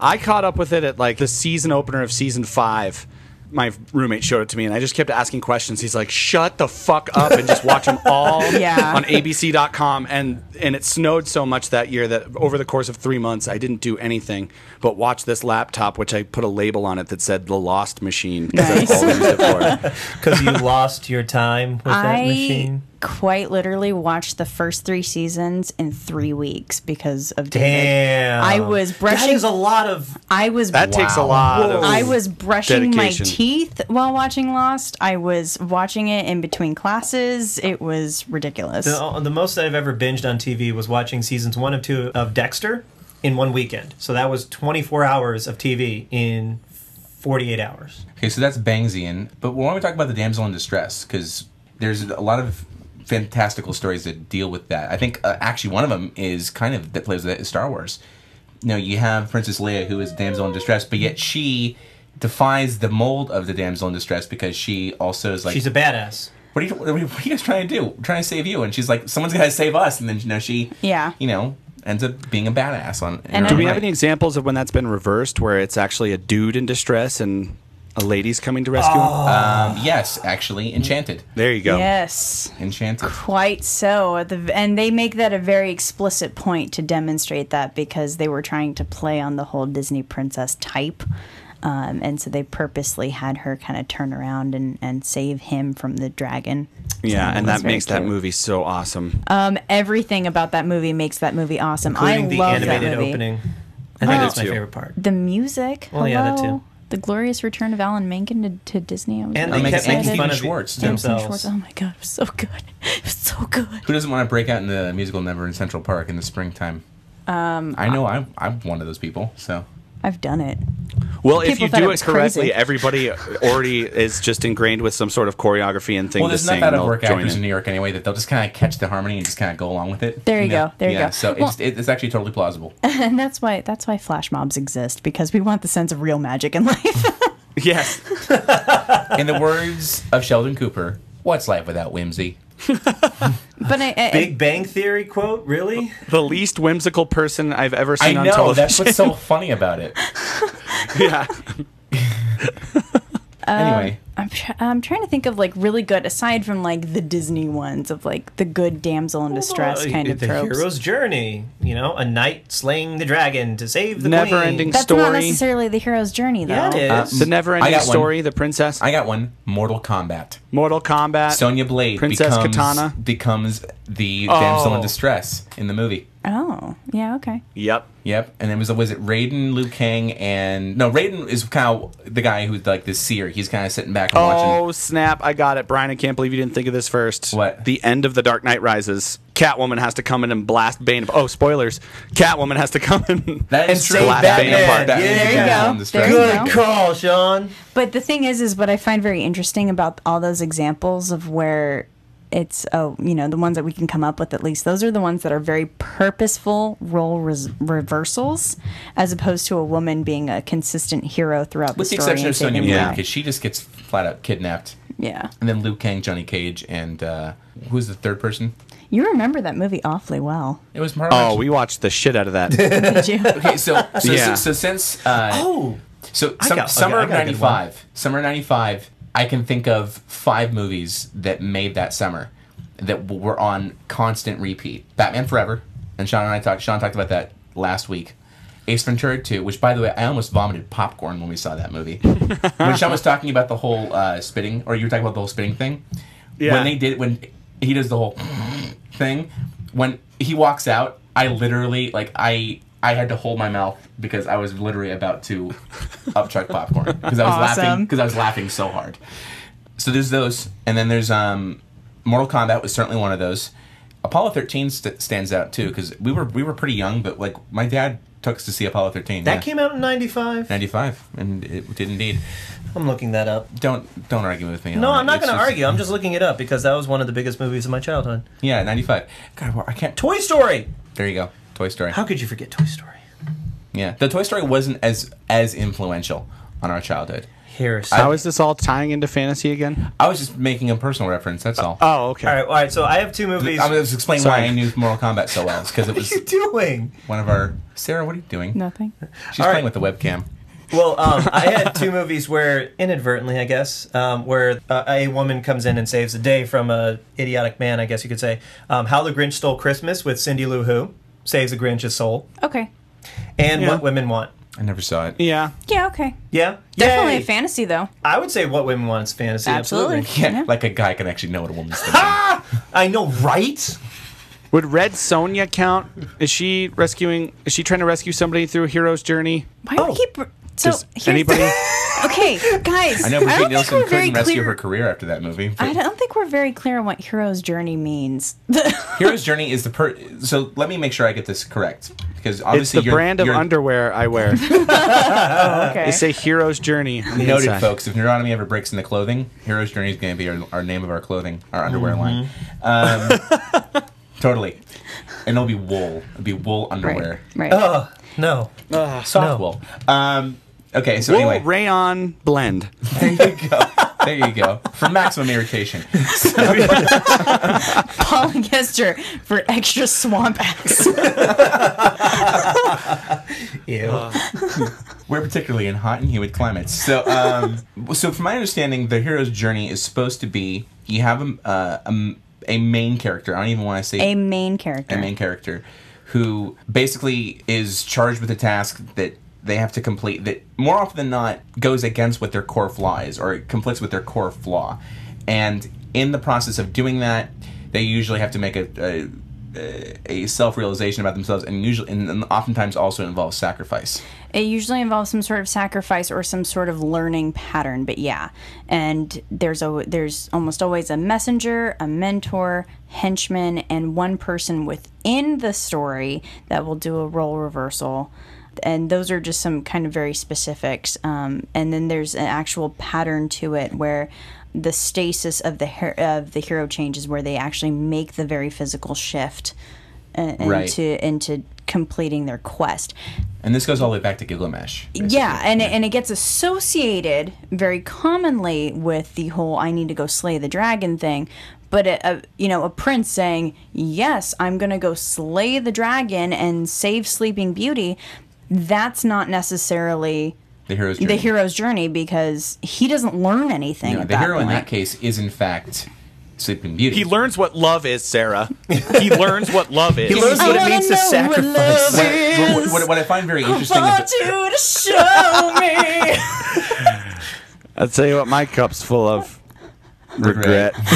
I caught up with it at like the season opener of season five. My roommate showed it to me, and I just kept asking questions. He's like, "Shut the fuck up and just watch them all
Yeah.
on ABC.com." And and it snowed so much that year that over the course of three months, I didn't do anything but watch this laptop, which I put a label on it that said "The Lost Machine." 'cause that's all I used it for.
Because you lost your time with that
I
machine.
quite literally watched the first three seasons in three weeks because of David.
Damn.
I was brushing-
That is a lot of.
I was
That takes a lot. Of
I was brushing
dedication.
my teeth while watching Lost. I was watching it in between classes. It was ridiculous.
The, oh, the most I've ever binged on TV was watching seasons one of two of Dexter in one weekend. So that was 24 hours of TV in 48 hours.
Okay, so that's Bangsian. But why don't we talk about the damsel in distress? Because there's a lot of fantastical stories that deal with that. I think uh, actually one of them is kind of that plays with that is Star Wars. You know, you have Princess Leia who is damsel in distress, but yet she defies the mold of the damsel in distress because she also is like
She's a badass.
what are, you, what are you guys trying to do? We're trying to save you, and she's like, someone's gonna save us, and then you know she,
Yeah.
you know, ends up being a badass on.
And
her
I-
Do we
own
have
right.
any examples of when that's been reversed, where it's actually a dude in distress and a lady's coming to rescue him?
Oh,
Um, yes, actually, Enchanted,
there you go.
yes.
Enchanted.
Quite so, At the- and they make that a very explicit point to demonstrate that because they were trying to play on the whole Disney princess type, um, and so they purposely had her kind of turn around and, and save him from the dragon.
Yeah, and
That's
that
very
makes that
cute.
movie so awesome.
Um, everything about that movie makes that movie awesome.
Including
I
the
love
animated
that movie.
opening. I think that's my
too.
favorite part.
The music,
Well,
hello,
yeah, that too.
the glorious return of Alan Menken to, to Disney. I was
And
really
they
Make-
kept
make
excited.
making fun
Stephen
of
Schwartz, too.
Stephen
themselves.
Schwartz, Oh my god, it was so good! It was so good.
Who doesn't want to break out into the musical number in Central Park in the springtime? Um, I know I'm, I'm one of those people. So
I've done it.
Well, if
People
you
thought it
do it
was
correctly,
crazy.
everybody already is just ingrained with some sort of choreography and thing
well,
to
there's
sing.
enough out of
they'll
work
join
actors
it.
in New York anyway that they'll just kind of catch the harmony and just kind of go along with it.
There you go, there you
yeah,
go.
So it's, it's actually totally plausible.
And that's why that's why flash mobs exist because we want the sense of real magic in life.
Yes.
in the words of Sheldon Cooper, "What's life without whimsy?"
but I, I,
Big Bang Theory quote, really?
The least whimsical person I've ever
I
seen on
know that's
television.
what's so funny about it.
yeah.
anyway,
I'm, tr- I'm trying to think of like really good aside from like the Disney ones of like the good damsel in distress
Well,
kind of
Oh, the
tropes.
hero's journey. You know, a knight slaying the dragon to save the
Never
queen.
ending
that's not
story.
necessarily the hero's journey though.
Yeah, it is.
The never
I
ending
got one.
story, The Princess,
I got one. Mortal Kombat.
Mortal Kombat.
Sonya Blade
Princess
becomes
Katana.
becomes the damsel in
Oh.
distress in the movie.
Oh, yeah, okay.
Yep.
Yep, and it was was it Raiden, Liu Kang, and no Raiden is kind of the guy who's like the seer. He's kind of sitting back and
Oh,
watching.
snap. I got it. Brian, I can't believe you didn't think of this first.
What?
The end of The Dark Knight Rises. Catwoman has to come in and blast Bane. Of, oh, spoilers. Catwoman has to come in
That
and
is true.
blast
Batman.
Bane apart.
Batman's
Yeah.
the
There you
damsel
go.
in distress.
There you
Good
go.
call, Sean.
But the thing is, is what I find very interesting about all those examples of where it's oh, you know, the ones that we can come up with at least. Those are the ones that are very purposeful role res- reversals, as opposed to a woman being a consistent hero throughout
With the
the story.
exception
and
of Sonya
saving
Blade,
the
Yeah.
day.
because she just gets flat out kidnapped.
Yeah,
And then Liu Kang, Johnny Cage, and uh, who's the third person?
you remember that movie awfully well.
It was Marvel.
Oh, we watched the shit out of that.
Did you?
okay, so so,
Yeah.
so, so since uh,
Oh,
so
I
some,
got- okay,
summer
I
of
got a good
'95, summer '95, I can think of five movies that made that summer that w- were on constant repeat. Batman Forever, and Sean and I talked. Sean talked about that last week. Ace Ventura 2, which by the way, I almost vomited popcorn when we saw that movie. when Sean was talking about the whole uh, spitting, or you were talking about the whole spitting thing.
Yeah.
When they did, when he does the whole thing, when he walks out, I literally like I I had to hold my mouth because I was literally about to upchuck popcorn because I was laughing
Awesome.
because I was laughing so hard. So there's those, and then there's um, Mortal Kombat was certainly one of those. Apollo 13 st- stands out too because we were we were pretty young, but like my dad took us to see Apollo 13.
That
yeah.
came out in 95.
95, and it did indeed.
I'm looking that up.
Don't don't argue with me.
No,
on
I'm
it.
not
It's
going to
just-
argue. I'm just looking it up because that was one of the biggest movies of my childhood.
Yeah, 95. God, well, I can't. Toy-
Toy Story.
there you go. Toy Story.
How could you forget Toy Story?
Yeah, the Toy Story wasn't as as influential on our childhood.
Harris.
How is this all tying into fantasy again?
I was just making a personal reference. That's all.
Oh, okay.
all right, all right. So I have two movies.
I'm just explaining why
Sorry.
I knew Mortal Kombat so well. because it
What
was
are you doing?
one of our. Sarah, what are you doing?
Nothing.
She's
All right.
playing with the webcam.
Well, um, I had two movies where, inadvertently, I guess, um, where uh, a woman comes in and saves the day from a idiotic man, I guess you could say. Um, How the Grinch Stole Christmas with Cindy Lou Who saves the Grinch's soul,
Okay.
and
Yeah.
What Women Want.
I never saw it.
Yeah.
Yeah, okay.
Yeah,
Definitely
Yay!
a fantasy, though.
I would say What Women Want is fantasy. Absolutely.
Absolutely.
Yeah,
Yeah.
like a guy can actually know what a woman's thinking.
I know, right?
Would Red Sonia count? Is she rescuing? Is she trying to rescue somebody through a hero's journey?
Why
Oh.
do we keep. So,
Does
here's
anybody?
okay, guys.
I know
don't
Brigitte
think
Nielsen
we're very
couldn't rescue
clear-
her career after that movie. but-
I don't think we're very clear on what hero's journey means.
Hero's Journey is the per. So let me make sure I get this correct because obviously
It's the
you're,
brand of
you're
underwear I wear.
okay.
They say hero's journey. on the
Noted,
inside.
folks. If Neurotomy ever breaks into clothing, Hero's Journey is going to be our, our name of our clothing, our underwear line.
Mm-hmm.
Um, totally. And it'll be wool. It'll be wool underwear.
Right.
Oh, no.
Soft
No.
wool. Um, okay, so
Wool
anyway,
rayon blend.
there you go. There you go. For maximum irritation.
Paul Gester for extra swamp ass.
Ew.
We're particularly in hot and humid climates. So, um, so from my understanding, the hero's journey is supposed to be you have a, uh, a, a main character. I don't even want to say
a main character.
a main character who basically is charged with a task that they have to complete that more often than not goes against what their core flaw is or it conflicts with their core flaw and in the process of doing that they usually have to make a, a, a self-realization about themselves and usually and oftentimes also involves sacrifice
It usually involves some sort of sacrifice or some sort of learning pattern, but yeah. And there's a there's almost always a messenger, a mentor, henchman, and one person within the story that will do a role reversal. And those are just some kind of very specifics. Um, and then there's an actual pattern to it where the stasis of the her- of the hero changes, where they actually make the very physical shift uh, into
Right.
into completing their quest.
and this goes all the way back to gilgamesh
Yeah, and it, and it gets associated very commonly with the whole "I need to go slay the dragon" thing. But it, uh, you know, a prince saying, "Yes, I'm going to go slay the dragon and save Sleeping Beauty," that's not necessarily
the hero's journey
the hero's journey because he doesn't learn anything.
No,
at
the
that
hero in
point.
that case is in fact sleeping beauty
He learns what love is, Sarah. He learns what love is.
He learns what it means to sacrifice.
what, what, what I find very interesting about-
Want you to show me.
I'll tell you what, my cup's full of regret.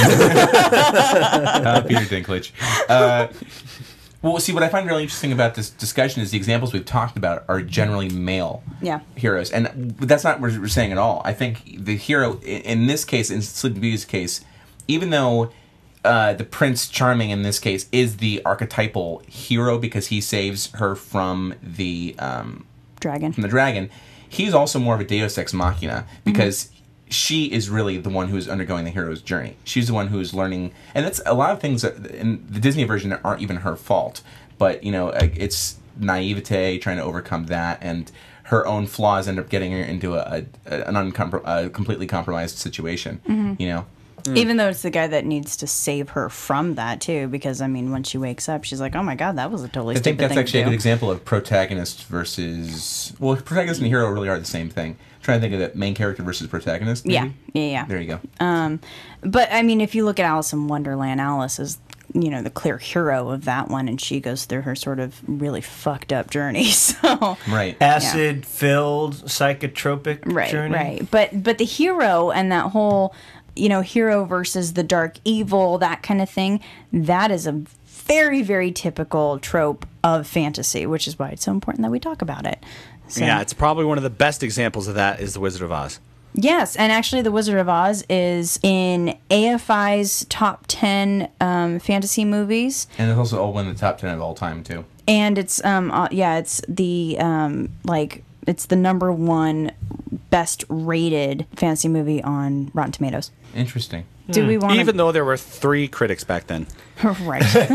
Uh, Peter Dinklage. Uh, well, see, what I find really interesting about this discussion is the examples we've talked about are generally male
Yeah.
heroes, and that's not what we're saying at all. I think the hero i- in this case, in Sleeping Beauty's case, even though uh, the Prince Charming in this case is the archetypal hero because he saves her from the um,
dragon.
from the dragon, he's also more of a Deus Ex Machina
Mm-hmm.
because she is really the one who is undergoing the hero's journey. She's the one who is learning, and that's a lot of things that, in the Disney version that aren't even her fault. But you know, uh, it's naivete trying to overcome that, and her own
Mm-hmm.
flaws end up getting her into a, a an uncom- uh, completely compromised situation. You know,
Even though it's the guy that needs to save her from that too, because I mean, when she wakes up, she's like, "Oh my god, that was a totally
I
stupid
think that's
thing
actually a
to
good
do."
example of protagonist versus well, protagonist and hero really are the same thing. trying to think of that main character versus protagonist.
Yeah, Uh,
maybe?
yeah, yeah. Um,
There you go.
But I mean, if you look at Alice in Wonderland, Alice is you know the clear hero of that one, and she goes through her sort of really fucked up journey. So
right.
Uh, Acid filled psychotropic
right
journey.
right but but the hero and that whole you know hero versus the dark evil that kind of thing that is a very very typical trope of fantasy which is why it's so important that we talk about it so,
Yeah, it's probably one of the best examples of that is The Wizard of Oz.
yes and actually the wizard of oz is in afi's top 10 um, fantasy movies
And it's also all one of the top ten of all time too.
and it's um uh, yeah it's the um like it's the number one best rated fantasy movie on rotten tomatoes
Interesting.
do we want
Hmm. Even though there were three critics back then,
Right. There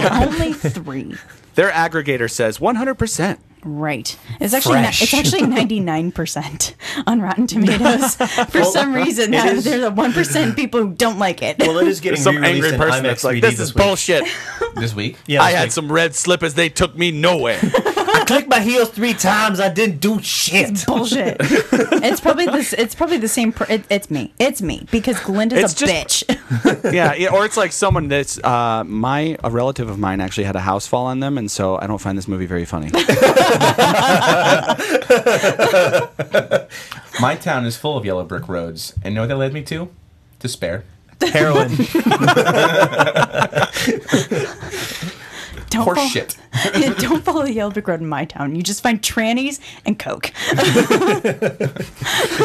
were only three.
their aggregator says 100%.
Right. It's actually ni- it's
Fresh.
actually ninety nine percent on Rotten Tomatoes. For some reason, that-
is-
there's a one percent people who don't like it.
Well, it is
There's
getting
some
re-released
angry
in
person
IMAX
that's like,
3D
this is
week.
bullshit.
This week.
Yeah,
I
this
had
week.
some red slippers. They took me nowhere.
I clicked my heels three times. I didn't do shit.
Bullshit. it's probably this. It's probably the same. Per- it, it's me. It's me because Glinda's
It's
a
just-
bitch.
yeah, yeah, or it's like someone that's uh, my a relative of mine actually had a house fall on them, and so I don't find this movie very funny.
My town is full of yellow brick roads, and know what that led me to? Despair.
Heroin.
Don't follow,
Horseshit.
Yeah, don't follow the yellow brick road in my town. You just find trannies and coke.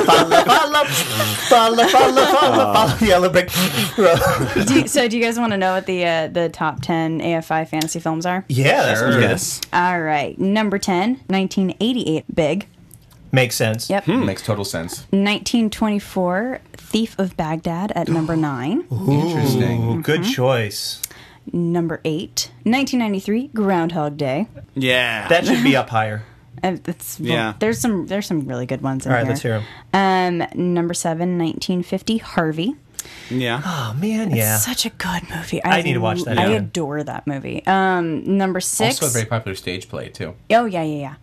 follow, follow, follow, follow, follow, follow the yellow brick road.
Do you- so, do you guys want to know what the uh, the top ten AFI fantasy films are?
Yeah, that sounds good.
All right, number 10, 1988, Big.
Makes sense.
Yep.
Makes total sense.
1924, Thief of Baghdad at number 9.
Interesting.
Ooh,
Mm-hmm.
good choice.
Number 8, 1993, Groundhog Day.
Yeah.
That should be up higher.
And it's, well,
Yeah.
There's some there's some really good ones in
All right,
here.
let's hear 'em.
Um, number 7, 1950, Harvey.
yeah.
Oh man, yeah.
Such a good movie. I,
I need to watch that
I
again.
adore that movie. Um, number 6.
Also a very popular stage play too.
oh, yeah, yeah, yeah.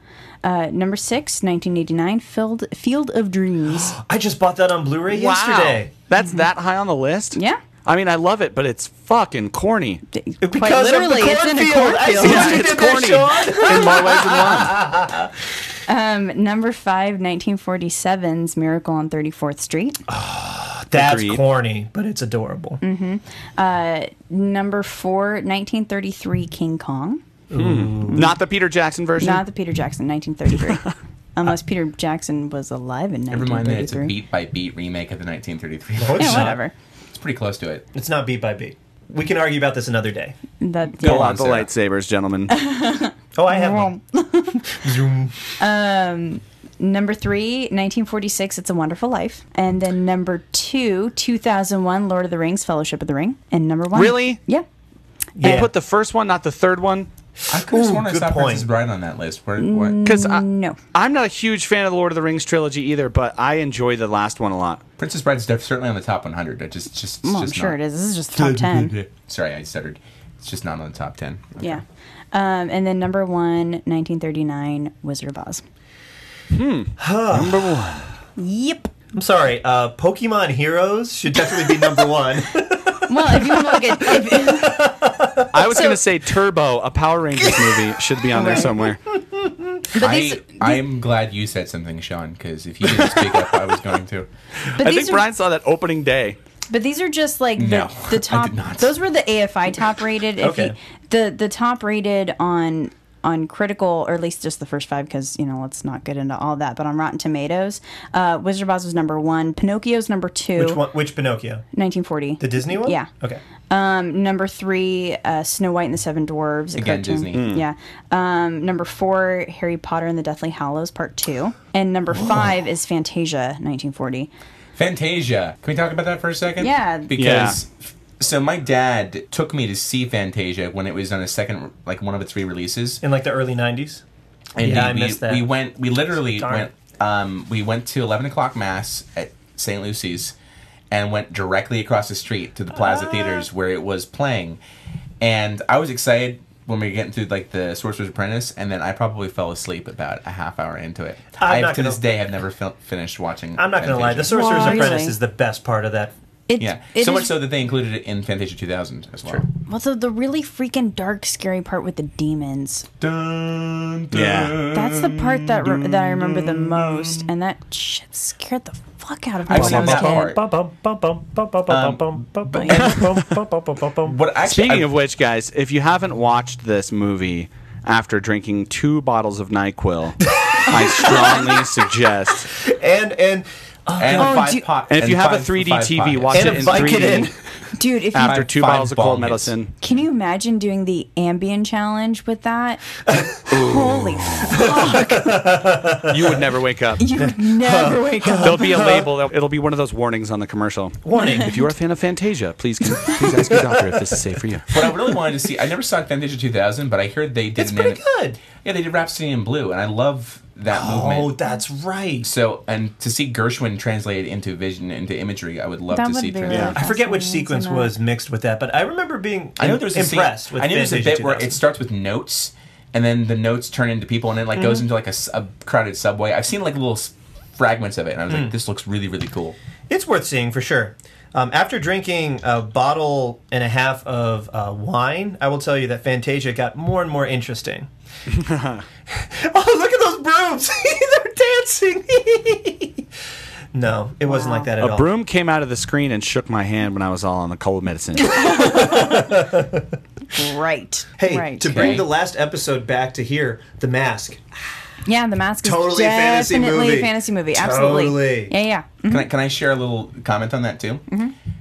Uh, number 6, 1989, Field, Field of Dreams.
I just bought that on Blu-ray yesterday.
That's that high on the list?
Yeah.
I mean, I love it, but it's fucking corny.
Because of the
literally, it's in a
cornfield. I
cornfield.
see
Yeah,
what you
it's
did there,
corny.
Sean.
In more ways than one.
Number five, 1947's Miracle on 34th Street.
That's
Agreed.
corny, but it's adorable.
Mm. Number four, 1933 King Kong.
Not the Peter Jackson version.
Not the Peter Jackson, 1933. Unless Peter Jackson was alive in
Never mind that it's a
1933.
beat by beat remake of the 1933.
No, it's
Yeah,
not.
whatever.
It's pretty close to it.
It's not beat by beat. We can argue about this another day.
That,
Go
Pull
on,
out the
Sarah.
lightsabers, gentlemen.
Oh, I have one. Zoom.
Number three, 1946, It's a Wonderful Life. And then number two, 2001, Lord of the Rings, Fellowship of the Ring. And number one.
Really?
Yeah.
They
Yeah.
put the first one, not the third one.
I could have sworn I
good
saw
point.
Princess Bride on that list.
Mm.
Where, what?
Because
No.
I'm not a huge fan of the Lord of the Rings trilogy either, but I enjoy the last one a lot.
Princess Bride's def- certainly on the top 100. It just, just, it's
Well, I'm
just
sure
not-
it is. This is just top 10.
Sorry, I stuttered. It's just not on the top 10. Okay.
Yeah. Um, and then number one, 1939, Wizard of Oz.
Number one.
Yep.
I'm sorry. Uh, Pokemon Heroes should definitely be number one.
Well, if you want to look at if,
I was
So-
going to say Turbo, a Power Rangers movie, should be on there
Right.
somewhere.
these-
I, I'm glad you said something, Sean, because if you didn't speak up, I was going to.
but
I
these
think
are,
Brian saw that opening day.
But these are just like the,
No, I
the
did
top.
not.
Those were the AFI top rated. If
Okay.
he, the the top rated on on critical, or at least just the first five, because you know let's not get into all that. But on Rotten Tomatoes, uh, Wizard of Oz was number one, Pinocchio's number two,
Which one? Which Pinocchio?
1940,
The Disney one?
Yeah.
Okay.
um, number three, uh, Snow White and the Seven Dwarves, a
Again,
cartoon.
Disney.
Hmm.
Mm.
Yeah, um, number four, Harry Potter and the Deathly Hallows Part Two, and number five is Fantasia, 1940.
Fantasia. Can we talk about that for a second?
Yeah.
Because so my dad took me to see Fantasia when it was on a second, like one of its re-releases.
In like the early '90s.
And
Yeah, I
we,
missed that.
We went. We literally
Darn.
went. Um, we went to eleven o'clock mass at St. Lucie's, and went directly across the street to the Plaza Theaters where it was playing. And I was excited when we were getting through like the Sorcerer's Apprentice, and then I probably fell asleep about a half hour into it.
I'm
I
not
to this
gonna-
day have never fil- finished watching.
I'm not going to lie.
Fantasia.
The Sorcerer's
Why?
Apprentice
Really?
is the best part of that.
It,
Yeah,
it
so
is-
much so that they included it in Fantasia 2000 as well.
Well, so the really freaking dark, scary part with the demons.
Dun, dun.
Yeah.
That's the part that re- that I remember the most, and that shit scared the fuck out of me
I've
when I
seen
was a
that
kid.
part. What actually,
Speaking
I-
of which, guys, if you haven't watched this movie after drinking two bottles of NyQuil, I strongly suggest.
And and
and
Oh,
five
do-
pop-
And if you have a
five-
3D
five
TV,
pockets.
watch
And
it
a
in
Vicodin.
3D
Dude, if you,
after two
Five
bottles of cold
bong hits.
medicine.
can you imagine doing the Ambien challenge with that? Holy fuck!
You would never wake up.
You would never wake up.
There'll be a label. It'll be one of those warnings on the commercial.
warning.
If you're a fan of Fantasia, please con- please ask your doctor if this is safe for you.
What I really wanted to see, I never saw Fantasia 2000, but I heard they did.
It's
an
pretty good.
Yeah, they did Rhapsody in Blue, and I love that
Oh,
movement.
that's right.
So, and to see Gershwin translated into vision, into imagery, I would love
That
to
would
see.
be
translated.
really
I forget which
Fascinating,
sequence
isn't it?
was mixed with that, but I remember being
I know there's a scene-
impressed with
I know there's a
Fantasia
bit where
2000.
it starts with notes, and then the notes turn into people, and then it like goes into like a, s- a crowded subway. I've seen like little s- fragments of it, and I was
Mm.
like, this looks really really cool.
It's worth seeing for sure. Um, after drinking a bottle and a half of uh, wine, I will tell you that Fantasia got more and more interesting. oh, look at those brooms! They're dancing! no, it wasn't like that at
A
all.
broom came out of the screen and shook my hand when I was all on the cold medicine.
Right.
Hey,
right.
to bring
Okay.
the last episode back to here, The Mask.
yeah, the mask is
Totally a fantasy
definitely
movie.
a fantasy movie. Absolutely.
Totally.
Yeah, yeah. Mhm.
Can I, can I share a little comment on that too?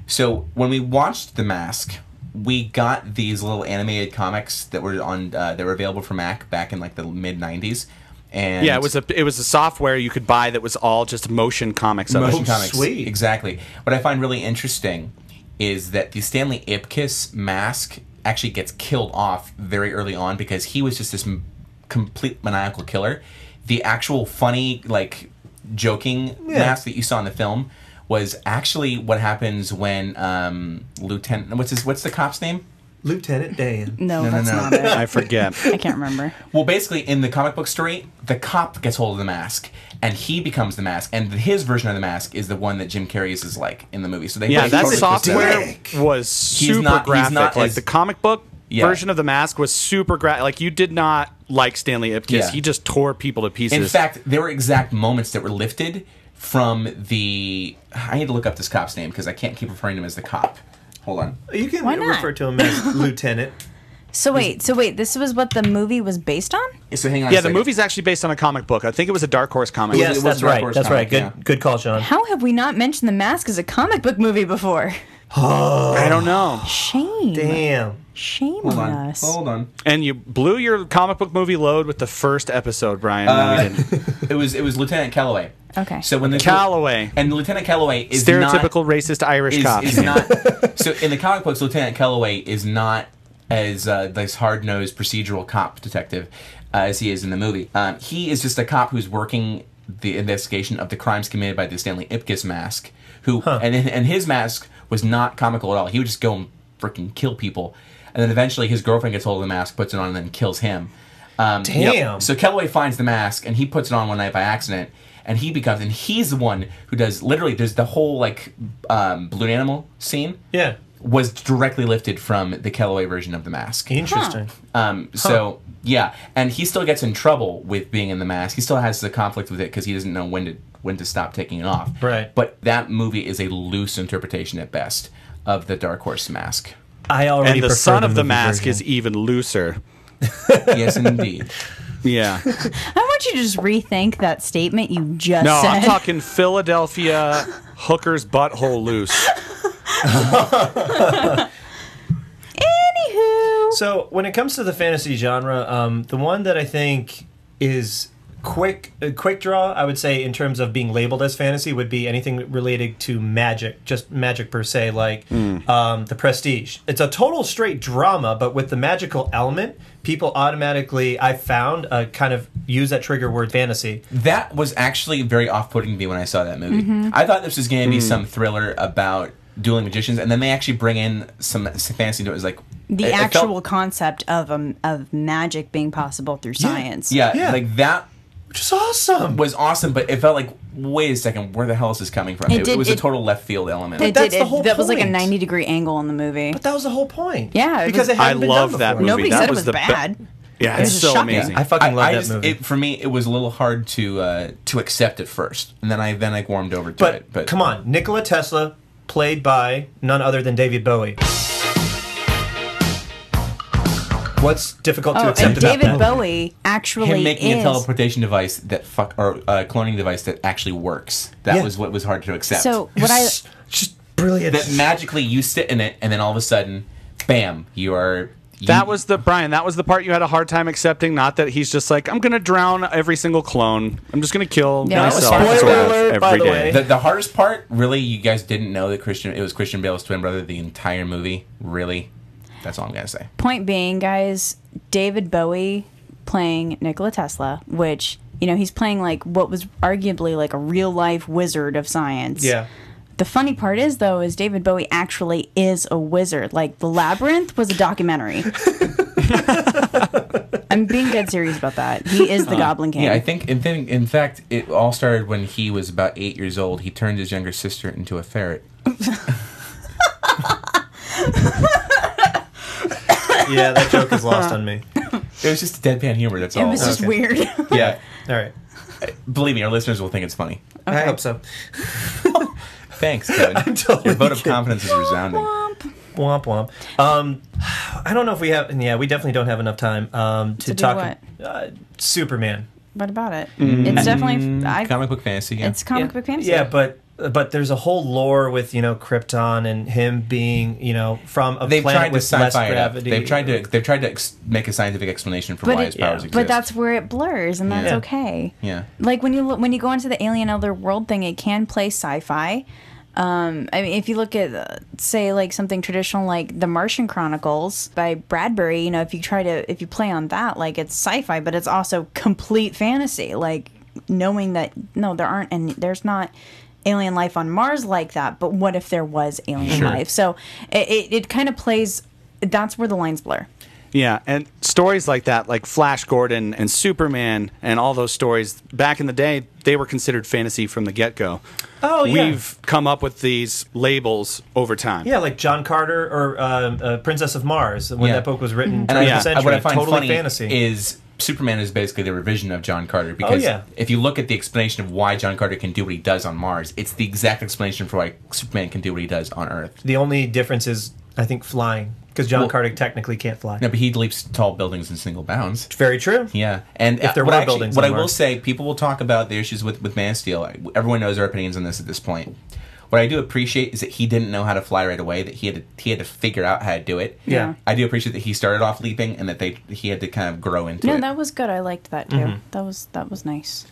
So when we watched The Mask, we got these little animated comics that were on uh, that were available for Mac back in like the mid '90s, and
yeah, it was a it was a software you could buy that was all just motion comics of
motion
it.
comics.
sweet.
Exactly. What I find really interesting is that the Stanley Ipkiss mask actually gets killed off very early on because he was just this m- complete maniacal killer. The actual funny, like, joking mask that you saw in the film was actually what happens when um, Lieutenant. What's his? What's the cop's name?
Lieutenant Dan.
No,
No, no,
that's
no.
not it.
I forget.
I can't remember.
Well, basically, in the comic book story, the cop gets hold of the mask, and he becomes the mask, and his version of the mask is the one that Jim Carrey's is like in the movie. So they
Yeah,
like
that
totally twisted it.
software was super
not- he's
graphic.
not
like
as-
the comic book
Yeah.
version of the mask was super graphic. Like you did not like Stanley Ipkiss.
Yeah.
He just tore people to pieces.
In fact, there were exact moments that were lifted from the. I need to look up this cop's name because I can't keep referring to him as the cop. Hold on.
You can
Why not?
refer to him as Lieutenant.
So wait, so wait, this was what the movie was based on?
So hang on.
yeah,
a
the
second.
movie's actually based on a comic book. I think it was a Dark Horse comic.
it
Yes,
was
that's
Dark
right.
Horse
That's right.
comic,
Good,
yeah.
good call, John.
How have we not mentioned the mask as a comic book movie before?
I don't know.
Oh.
Shame.
Damn.
Shame on,
Hold on. Oh.
us.
Hold on.
And you blew your comic book movie load with the first episode, Brian.
Uh,
and we didn't.
It was it was Lieutenant Calloway.
Okay.
So when the
Calloway.
and Lieutenant Calloway is
Stereotypical
not,
racist Irish
is,
cop.
is
Yeah.
not. so in the comic books, Lieutenant Calloway is not as uh, this hard nosed procedural cop detective uh, as he is in the movie. Um, he is just a cop who's working the investigation of the crimes committed by the Stanley Ipkiss mask. Who and and his mask was not comical at all. He would just go and freaking kill people, and then eventually his girlfriend gets hold of the mask, puts it on, and then kills him. Um,
Damn.
So Kellaway finds the mask and he puts it on one night by accident, and he becomes and he's the one who does literally. There's the whole like um, balloon animal scene.
Yeah.
was directly lifted from the Kellaway version of the mask.
Interesting.
Um, so yeah, and he still gets in trouble with being in the mask. He still has the conflict with it because he doesn't know when to when to stop taking it off.
Right.
But that movie is a loose interpretation at best of the Dark Horse mask.
I already
and the
prefer
son of the
movie
mask
version.
is even looser.
yes, indeed.
Yeah.
I want you to just rethink that statement you just
No,
said.
I'm talking Philadelphia hooker's butthole loose.
Anywho.
So when it comes to the fantasy genre, um, the one that I think is quick a quick draw i would say in terms of being labeled as fantasy would be anything related to magic just magic per se like
Hmm.
um, the prestige it's a total straight drama but with the magical element people automatically i found uh, kind of use that trigger word fantasy
That was actually very off-putting to me when I saw that movie.
Mm-hmm.
I thought this was going
Mm.
to be some thriller about dueling magicians, and then they actually bring in some, some fantasy into it. It was like
The
it- it felt-
actual concept of um, of magic being possible through science.
yeah,
Yeah.
like that
which is awesome
was awesome, but it felt like, wait a second, where the hell is this coming from? It, it
did-
was a
it-
total left field element.
It
that's
did.
the
it,
whole
that was like a
point.
90 degree angle in the movie.
but that was the whole point
Yeah, it
because
was-
it hadn't
I
been
love
done
that
before.
Nobody
movie. That
said it
was
was
the be-
bad.
Yeah,
It
it's
was
so
shocking.
amazing.
I fucking love that
just-
movie.
It, for me, it was a little hard to uh, to accept at first, and then I then I warmed over to
but,
it. But
come on nikola tesla played by none other than david bowie what's difficult to
Oh,
accept
and
about
David
that?
Bowie actually
him making
is.
a teleportation device that fuck or uh, cloning device that actually works. That
Yeah.
was what was hard to accept.
so what I
just brilliant
that magically you sit in it, and then all of a sudden, bam, you are. you-
That was the Brian. That was the part you had a hard time accepting. Not that he's just like I'm going to drown every single clone. I'm just going to kill
Yeah. That was
myself
spoiler
sort of
alert, by
every
the
day."
way.
the, the hardest part. Really, you guys didn't know that Christian. It was Christian Bale's twin brother the entire movie. Really, that's all I'm gonna say.
point being, guys, David Bowie playing Nikola Tesla, which you know he's playing like what was arguably like a real life wizard of science.
yeah
The funny part is though is David Bowie actually is a wizard. Like The Labyrinth was a documentary. I'm being dead serious about that. He is the Goblin King.
Yeah, I think in, think in fact it all started when he was about eight years old. He turned his younger sister into a ferret.
yeah that joke is lost on me
It was just deadpan humor. That's
it
all. Uh,
was just
Okay.
weird.
yeah,
all right
believe me, our listeners will think it's funny.
i hope so
Thanks, Kevin.
totally
Your vote of
kidding.
confidence is resounding.
womp womp um i don't know if we have yeah we definitely don't have enough time um to,
To do
talk Uh, superman
what about it? It's definitely I,
Comic book fantasy. Yeah.
it's comic book fantasy.
yeah but but there's a whole lore with you know krypton and him being you know from a
they've
planet
tried to
with less
sci-fi it up.
gravity
They've tried to they've tried to ex- make a scientific explanation for why
it-
his powers
yeah.
exist.
But that's where it blurs, and that's
Yeah.
okay.
yeah.
Like when you look, when you go into the alien other world thing, it can play sci-fi. Um, I mean, if you look at uh, say like something traditional like The Martian Chronicles by Bradbury, you know, if you try to if you play on that, like it's sci-fi, but it's also complete fantasy. Like knowing that no, there aren't and there's not alien life on Mars like that. But what if there was alien life? So it it, it kind of plays. That's where the lines blur.
Yeah, and stories like that, like Flash Gordon and Superman, and all those stories back in the day, they were considered fantasy from the get go.
Oh, yeah.
We've come up with these labels over time.
yeah like john carter or um, uh, princess of mars when
Yeah.
that book was written
And I,
20th
I-
century,
what I find
totally
funny
fantasy Oh,
is Superman is basically the revision of John Carter because
yeah.
if you look at the explanation of why John Carter can do what he does on Mars, it's the exact explanation for why Superman can do what he does on Earth.
the only difference is i think flying because john
Well-
carter technically can't fly
No, but he leaps tall buildings in single bounds.
very true
Yeah, and uh,
If there
what
were
I actually-
buildings
what
on
I will
Mars.
say, people will talk about the issues with with Man of Steel. I- Everyone knows our opinions on this at this point. What I do appreciate is that he didn't know how to fly right away. That he had to, he had to figure out how to do it.
Yeah.
I do appreciate that he started off leaping and that they he had to kind of grow into
No,
it.
that was good. I liked that too.
Mm-hmm.
That was that was nice.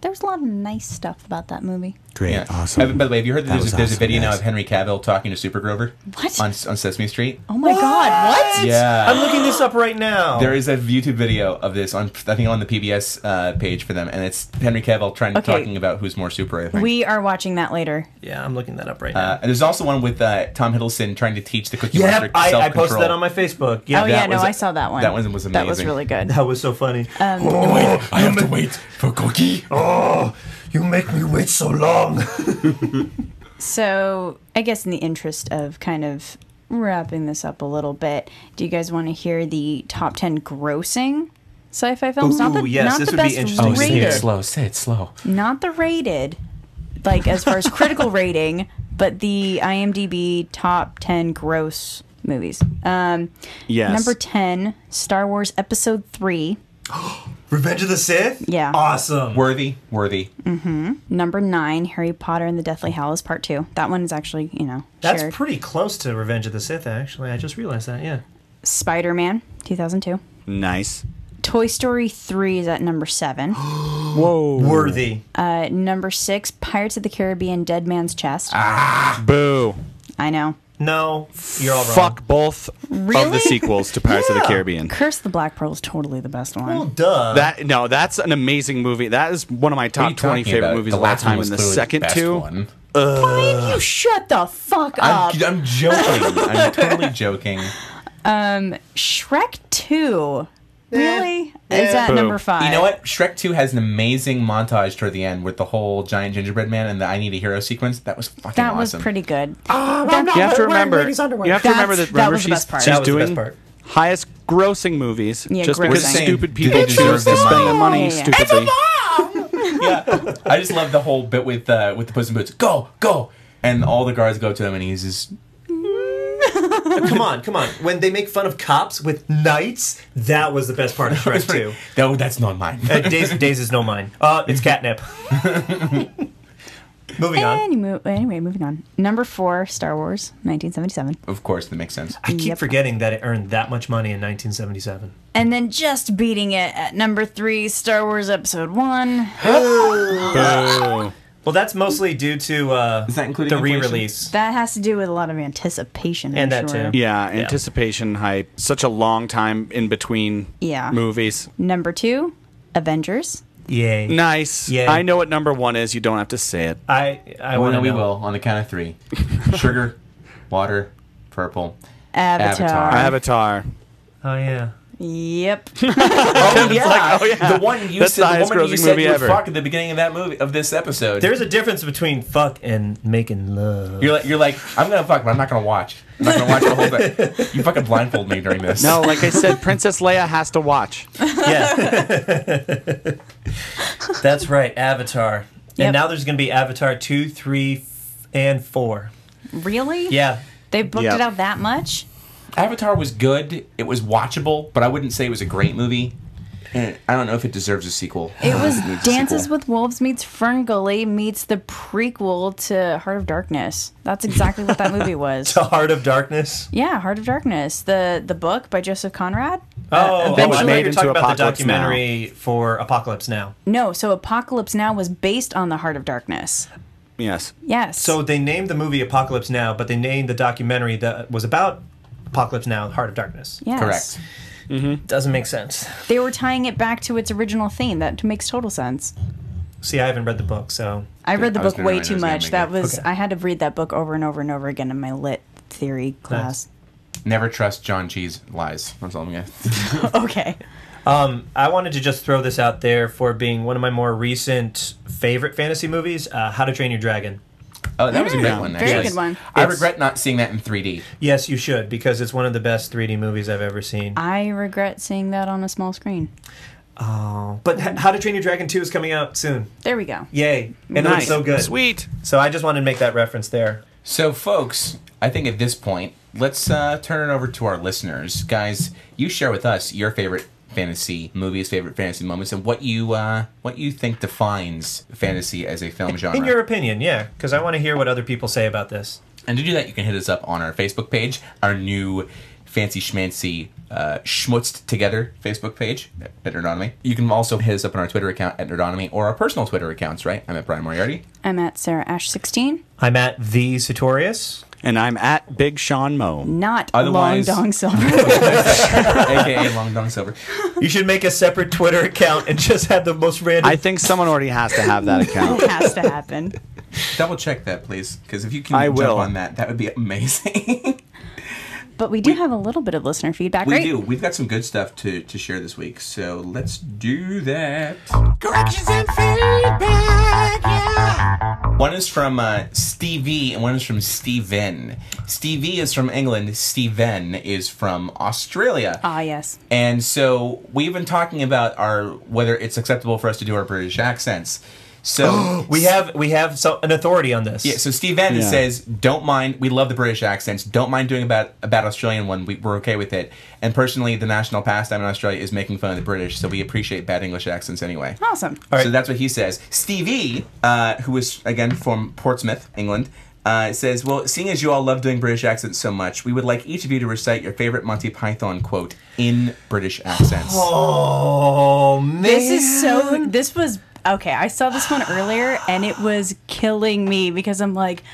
There was a lot of nice stuff about that movie.
Great,
Yeah. Uh, By the way, have you heard that, there's, a, there's a video now of Henry Cavill talking to Super Grover
What?
on on Sesame Street?
Oh my god, what?
Yeah.
i'm looking this up right now
There is a YouTube video of this on I think on the PBS uh, page for them, and it's Henry Cavill trying
Okay.
talking about who's more super. I think.
We are watching that later.
yeah i'm looking that up right
Uh,
now
and there's also one with uh, Tom Hiddleston trying to teach the Cookie
yeah
Monster
I,
self
I posted that on my facebook yeah
Oh yeah,
was
no,
a-
I saw that one.
that one was
That was
amazing.
really good.
that was so funny
Um,
Oh,
I have to wait for Cookie.
you make me wait so long
So, I guess in the interest of kind of wrapping this up a little bit, do you guys want to hear the top 10 grossing sci-fi films? not
Ooh,
the
yes,
not
this
the
would be
best
interesting to
Oh, Say
Rated.
it
rated.
slow. Say it slow.
Not the rated like as far as critical rating, but the IMDb top 10 gross movies. Um
Yes.
Number 10, Star Wars Episode 3.
Revenge of the Sith?
Yeah.
Awesome.
worthy, worthy.
Number 9, Harry Potter and the Deathly Hallows Part 2. That one is actually, you know,
That's
shared.
pretty close to Revenge of the Sith, actually. I just realized that, yeah.
Spider Man, 2002.
Nice.
Toy Story 3 is at number 7.
Whoa.
Worthy.
At number 6, Pirates of the Caribbean Dead Man's Chest.
Boo.
I know.
No, you're all wrong.
Fuck both of the
Really?
sequels to Pirates of the
Yeah.
Caribbean.
Curse the Black Pearl is totally the best one.
Well, duh.
That no, that's an amazing movie. That is one of my
What are you
top twenty
talking
favorite
about?
movies
The
of all
last one
time.
was
And the
clearly
second
best
two, Uh,
one.
Brian, you shut the fuck up.
I'm, I'm joking. I'm totally joking.
Shrek 2. Really? Is that
Boo.
number 5?
You know what? Shrek 2 has an amazing montage toward the end with the whole giant gingerbread man and the I Need a Hero sequence. That was fucking
That was
awesome.
pretty good.
you have to remember.
ladies' underwear.
You have to
That's-
remember
that
that. Remember,
was the
she's,
best part.
she's
That was the
doing
best part.
highest grossing movies
Yeah,
just
grossing.
because
We're saying,
stupid
do they
people
deserve
choose to
the
spend their money
money? It's a
stupidly.
yeah. I just love the whole bit with uh, with the Puss in Boots. Go, go, and all the guards go to him, and he's just
come on, come on. When they make fun of cops with knights, that was the best part of Shrek 2.
no, that's not mine.
Uh, Days, Days is no mine. Uh, it's catnip. Moving on.
Anyway, anyway, moving on. Number 4, Star Wars, 1977.
of course, that makes sense.
I keep
Yep.
forgetting that it earned that much money in 1977.
And then just beating it at number 3, Star Wars Episode 1.
Boo.
Well, that's mostly due to uh,
that including
the
inflation?
re-release.
That has to do with a lot of anticipation. I'm
And that
sure.
too.
Yeah, anticipation hype. Such a long time in between
Yeah.
movies.
Number two, Avengers.
Yay!
Nice.
Yay.
I know what number one is. You don't have to say it.
I I
Well,
want
Oh, no,
to
we
know.
will on the count of three: sugar, water, purple.
Avatar.
Avatar. I
Avatar.
Oh yeah.
Yep.
Oh yeah.
yeah.
the one you
That's
said,
the
the,
highest
woman you
grossing
said
movie
you would
ever.
fuck at the beginning of that movie of this episode.
There's a difference between fuck and making love.
you're like, you're like, I'm gonna fuck, but I'm not gonna watch. I'm not gonna watch the whole thing. You fucking blindfold me during this.
No, like I said, Princess Leia has to watch.
Yeah. That's right, Avatar.
Yep.
And now there's going to be Avatar 2, 3, f- and 4.
really?
Yeah.
They booked
Yep.
it out that much?
Avatar was good. It was watchable, but I wouldn't say it was a great movie. And I don't know if it deserves a sequel.
It was
needs a
Dances
sequel.
with Wolves meets Fern Gully meets the prequel to Heart of Darkness. That's exactly what that movie was.
The Heart of Darkness.
Yeah, Heart of Darkness, the the book by Joseph Conrad. Uh,
Oh,
that
oh,
was
I thought
made
you were
into
talking about the
Apocalypse Now.
documentary for Apocalypse Now.
No, so Apocalypse Now was based on the Heart of Darkness.
Yes.
Yes.
So they named the movie Apocalypse Now, but they named the documentary that was about Apocalypse Now, Heart of Darkness.
yes.
correct.
Doesn't make sense.
They were tying it back to its original theme. That makes total sense.
See, I haven't read the book, so
I read the
I was
book
gonna
way
write it, I
too
was gonna
much.
make
That
it.
was
Okay.
I had to read that book over and over and over again in my lit theory class.
Never trust John Cheese lies. That's all I'm gonna.
okay.
I wanted to just throw this out there for being one of my more recent favorite fantasy movies, uh, How to Train Your Dragon.
Oh, that was a great
Yeah.
one.
Very
actually.
good one.
I
It's-
regret not seeing that in 3D.
Yes, you should because it's one of the best 3D movies I've ever seen.
I regret seeing that on a small screen.
But H- How to Train Your Dragon 2 is coming out soon.
There we go.
Yay. And it looks
nice.
so good.
Sweet.
So I just wanted to make that reference there.
So, folks, I think at this point, let's uh, turn it over to our listeners, guys. You share with us your favorite fantasy movies, favorite fantasy moments, and what you uh, what you think defines fantasy as a film genre.
In your opinion, yeah, because I want to hear what other people say about this.
And to do that, you can hit us up on our Facebook page, our new fancy schmancy uh, schmutzed together Facebook page at Nerdonomy. You can also hit us up on our Twitter account at Nerdonomy or our personal Twitter accounts, right? I'm at Brian Moriarty.
I'm at Sarah Ash 16,
I'm at the Satorius.
And I'm at Big Sean Mo.
not
Otherwise-
Long Dong Silver.
AKA Long Dong Silver.
You should make a separate Twitter account and just have the most random.
I think someone already has to have that account.
it has to happen.
Double check that, please, because if you can
I
jump
will.
on that, that would be amazing.
But we do have a little bit of listener feedback,
we
right?
do. We've got some good stuff to, to share this week, so let's do that.
Corrections and feedback, yeah.
One is from uh, Stevie and one is from Steven. Stevie is from England. Steven is from Australia.
Ah, yes.
And so we've been talking about our whether it's acceptable for us to do our British accents. So
we have we have so, an authority on this.
yeah, so Steve Bannon
Yeah.
says, "Don't mind. We love the British accents. Don't mind doing about a bad Australian one. We, we're okay with it." And personally, the national pastime in Australia is making fun of the British, so we appreciate bad English accents anyway.
Awesome.
So that's what he says. Stevie, uh, who is again from Portsmouth, England, Uh, it says, "Well, seeing as you all love doing British accents so much, we would like each of you to recite your favorite Monty Python quote in British accents."
Oh man,
This is so. This was okay. I saw this one earlier, and it was killing me because I'm like,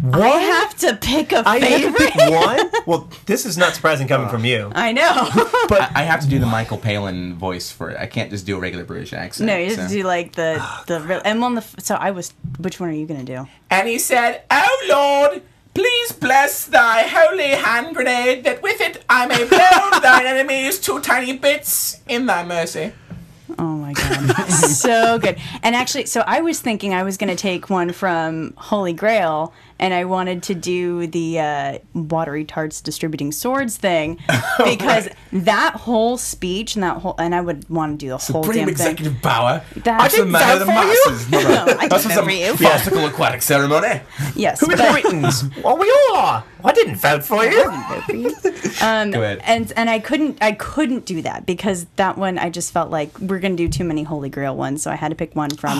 Oh,
I have to pick a
I have to
favorite.
pick one. Well, this is not surprising coming from you.
I know.
But I, I have to do the Michael Palin voice for it. I can't just do a regular British accent.
No, you just
so. Ah,
do like the the real. I'm on the. f- So I was. Which one are you gonna do?
And he said, "Oh Lord." Please bless thy holy hand grenade, that with it I may blow thine enemies to tiny bits in thy mercy.
Oh my god, so good. And actually, so I was thinking I was gonna take one from Holy Grail, and I wanted to do the uh, watery tarts distributing swords thing
Oh
because that whole speech and that whole and I would want to do the whole
Supreme
damn
executive power.
thing.
That's the man of the masses,
You?
mother.
no, I did
That's what's
that
a
for you.
farcical aquatic ceremony.
Yes,
Who is
but-
Britons? well, we all are. I didn't vote for you.
Go ahead.
and and I couldn't I couldn't do that because that one I just felt like we're gonna do too many Holy Grail ones, so I had to pick one from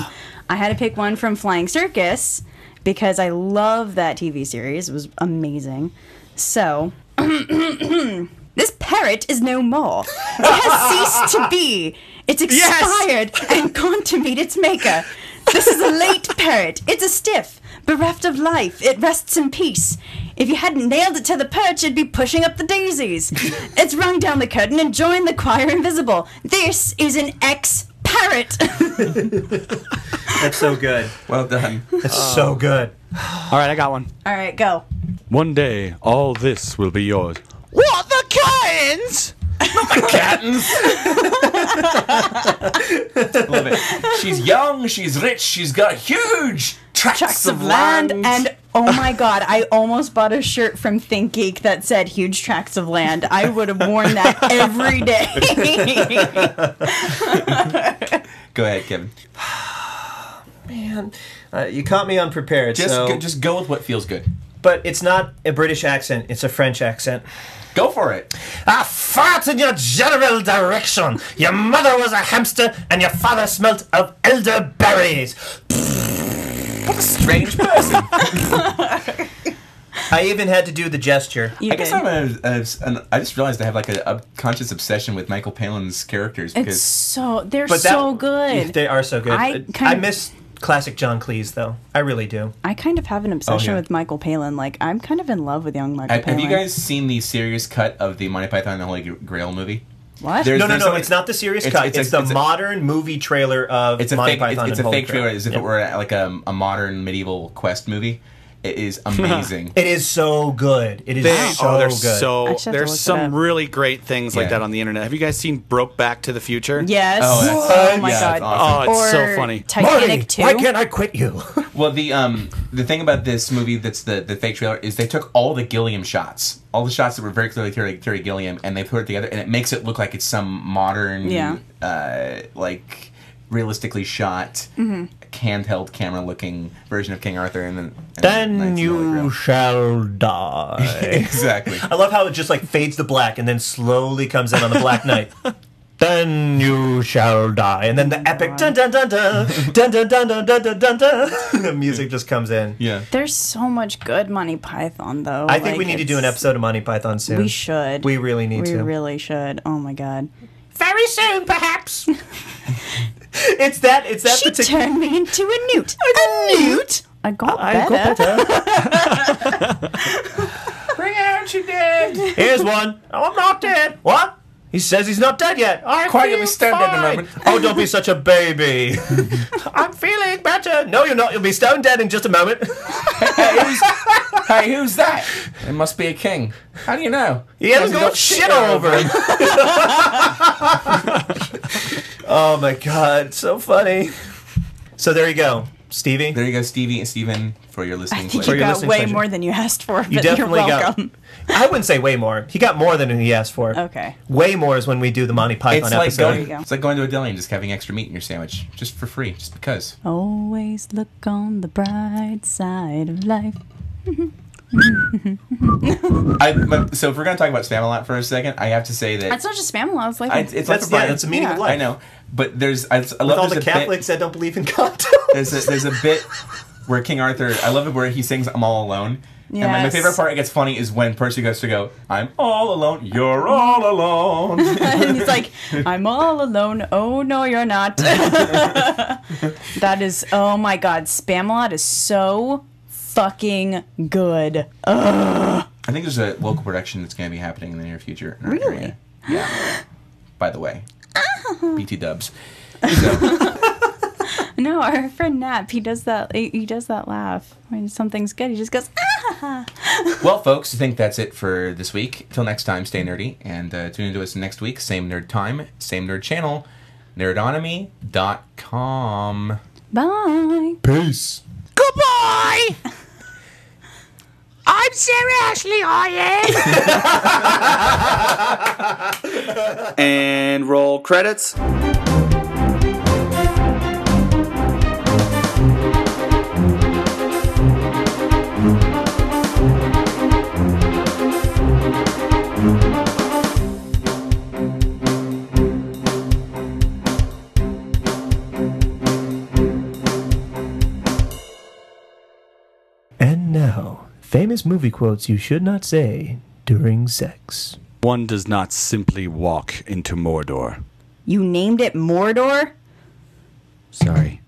I had to pick one from Flying Circus because I love that TV series. It was amazing. So this parrot is no more. It has ceased to be. It's expired and gone to meet its maker. This is a late parrot. It's a stiff, bereft of life. It rests in peace. If you hadn't nailed it to the perch, it'd be pushing up the daisies. It's rung down the curtain and joined the choir invisible. This is an ex parrot.
That's so good.
Well done.
That's so good.
All right, I got one.
All right, go.
One day, all this will be yours.
What the kinds?
Love it. She's young, she's rich, she's got huge tracts,
Tracts of land and oh my god, I almost bought a shirt from Think Geek that said huge tracts of land. I would have worn that every day.
Go ahead, Kevin.
Man, uh, you caught me unprepared.
Just,
so,
go, just go with what feels good.
but it's not a British accent; it's a French accent.
Go for it.
I fart in your general direction. Your mother was a hamster, and your father smelt of elderberries.
What a strange person.
I even had to do the gesture.
You
I guess
did.
I'm a, a, an, I just realized I have like a subconscious obsession with Michael Palin's characters
It's
because
so they're
But that-
so good.
Yeah, They are so good. Uh,
I
I,
kind of-
miss classic John Cleese though. I really do.
I kind of have an obsession
yeah.
with Michael Palin. Like I'm kind of in love with young Michael
have, have
Palin.
you guys seen the serious cut of the Monty Python and the Holy Grail movie?
what?
there's-
No, no, no.
someone-
It's not the serious
it's-
cut. It's,
it's a-
the
it's a-
modern movie trailer of
It's a
Monty
fake.
Python
it's it's
and
a
Holy
fake trailer, as if
Yeah.
it were like a, a modern medieval quest movie. It is amazing.
It is so good. It is
They,
so
oh, they're
good.
I
so.
should have to
There's
look it
some
up.
really great things like
Yeah.
that on the internet. Have you guys seen Brokeback to the Future?
yes.
Oh, that's-
Oh, my
yeah, that's
god.
awesome.
Oh, it's so
Or
funny.
Titanic too.
I quit you?
Well, the um the thing about this movie that's the the fake trailer is they took all the Gilliam shots, all the shots that were very clearly Terry, Terry Gilliam, and they put it together, and it makes it look like it's some modern,
Yeah.
uh, like realistically shot,
Mm-hmm.
handheld camera looking version of King Arthur, and then and
then
Knights of the Holy
you
Grail.
shall die.
exactly.
I love how it just like fades to black and then slowly comes in on the Black Knight. then you shall die, and then the epic dun dun dun dun dun dun dun dun dun dun dun. dun. the music just comes in.
Yeah.
There's so much good Monty Python though.
I think we
Like,
need to do an
it's-
episode of Monty Python soon.
We should.
We really need
we
to.
really should. Oh my god.
Very soon, perhaps.
it's that. It's that
She
particular.
turned me into a newt. a newt. I got better.
Bring out your dead.
Here's one. Oh, I'm not dead. What? He says he's not dead yet. I
Quietly
feel
stand at the
fine.
moment.
Oh, don't be such a baby. I'm feeling better. No, you're not. You'll be stone dead in just a moment.
hey, who's, hey, who's that? It must be a king. How do you know?
He hasn't got shit all over him. oh my god, so funny. So there you go, Stevie.
There you go, Stevie and Steven, for your listening
I think
pleasure.
you
your
got
listening
way
pleasure.
more than you asked for, but
You
you are
definitely got.
welcome.
I wouldn't say way more. He got more than he asked for.
Okay.
Way more is when we do the Monty Python
It's like,
episode.
going,
There you go.
it's like going to a deli and just having extra meat in your sandwich, just for free, just because.
Always look on the bright side of life.
I, but, so if we're gonna talk about spam a lot for a second, I have to say that
That's not just spam law. It's like
I, it's like
That's
a
yeah,
Brian-
that's the meaning of
Yeah.
life.
I know, but there's I, I
With
love
all
there's
the
a bit-
Catholics that don't believe in God.
there's a there's a bit where King Arthur. I love it where he sings "I'm all alone." And my, my
Yes.
favorite part, it gets funny, is when Percy goes to go, "I'm all alone, you're all alone."
and he's like, I'm all alone. Oh, no, you're not. that is, oh my God. Spamalot is so fucking good.
I think there's a local production that's going to be happening in the near future. in our
Really? Ah.
area. Yeah. By the way, BT Dubs. So,
No, our friend Nap, he does that. He, he does that laugh when something's good. He just goes, ah.
well, folks, I think that's it for this week. Till next time, stay nerdy and uh, tune into us next week. Same nerd time, same nerd channel, nerdonomy.com.
Bye.
Peace.
Goodbye. I'm Sarah Ashley. I am.
And roll credits.
And now, famous movie quotes you should not say during sex.
One does not simply walk into Mordor.
You named it Mordor?
Sorry.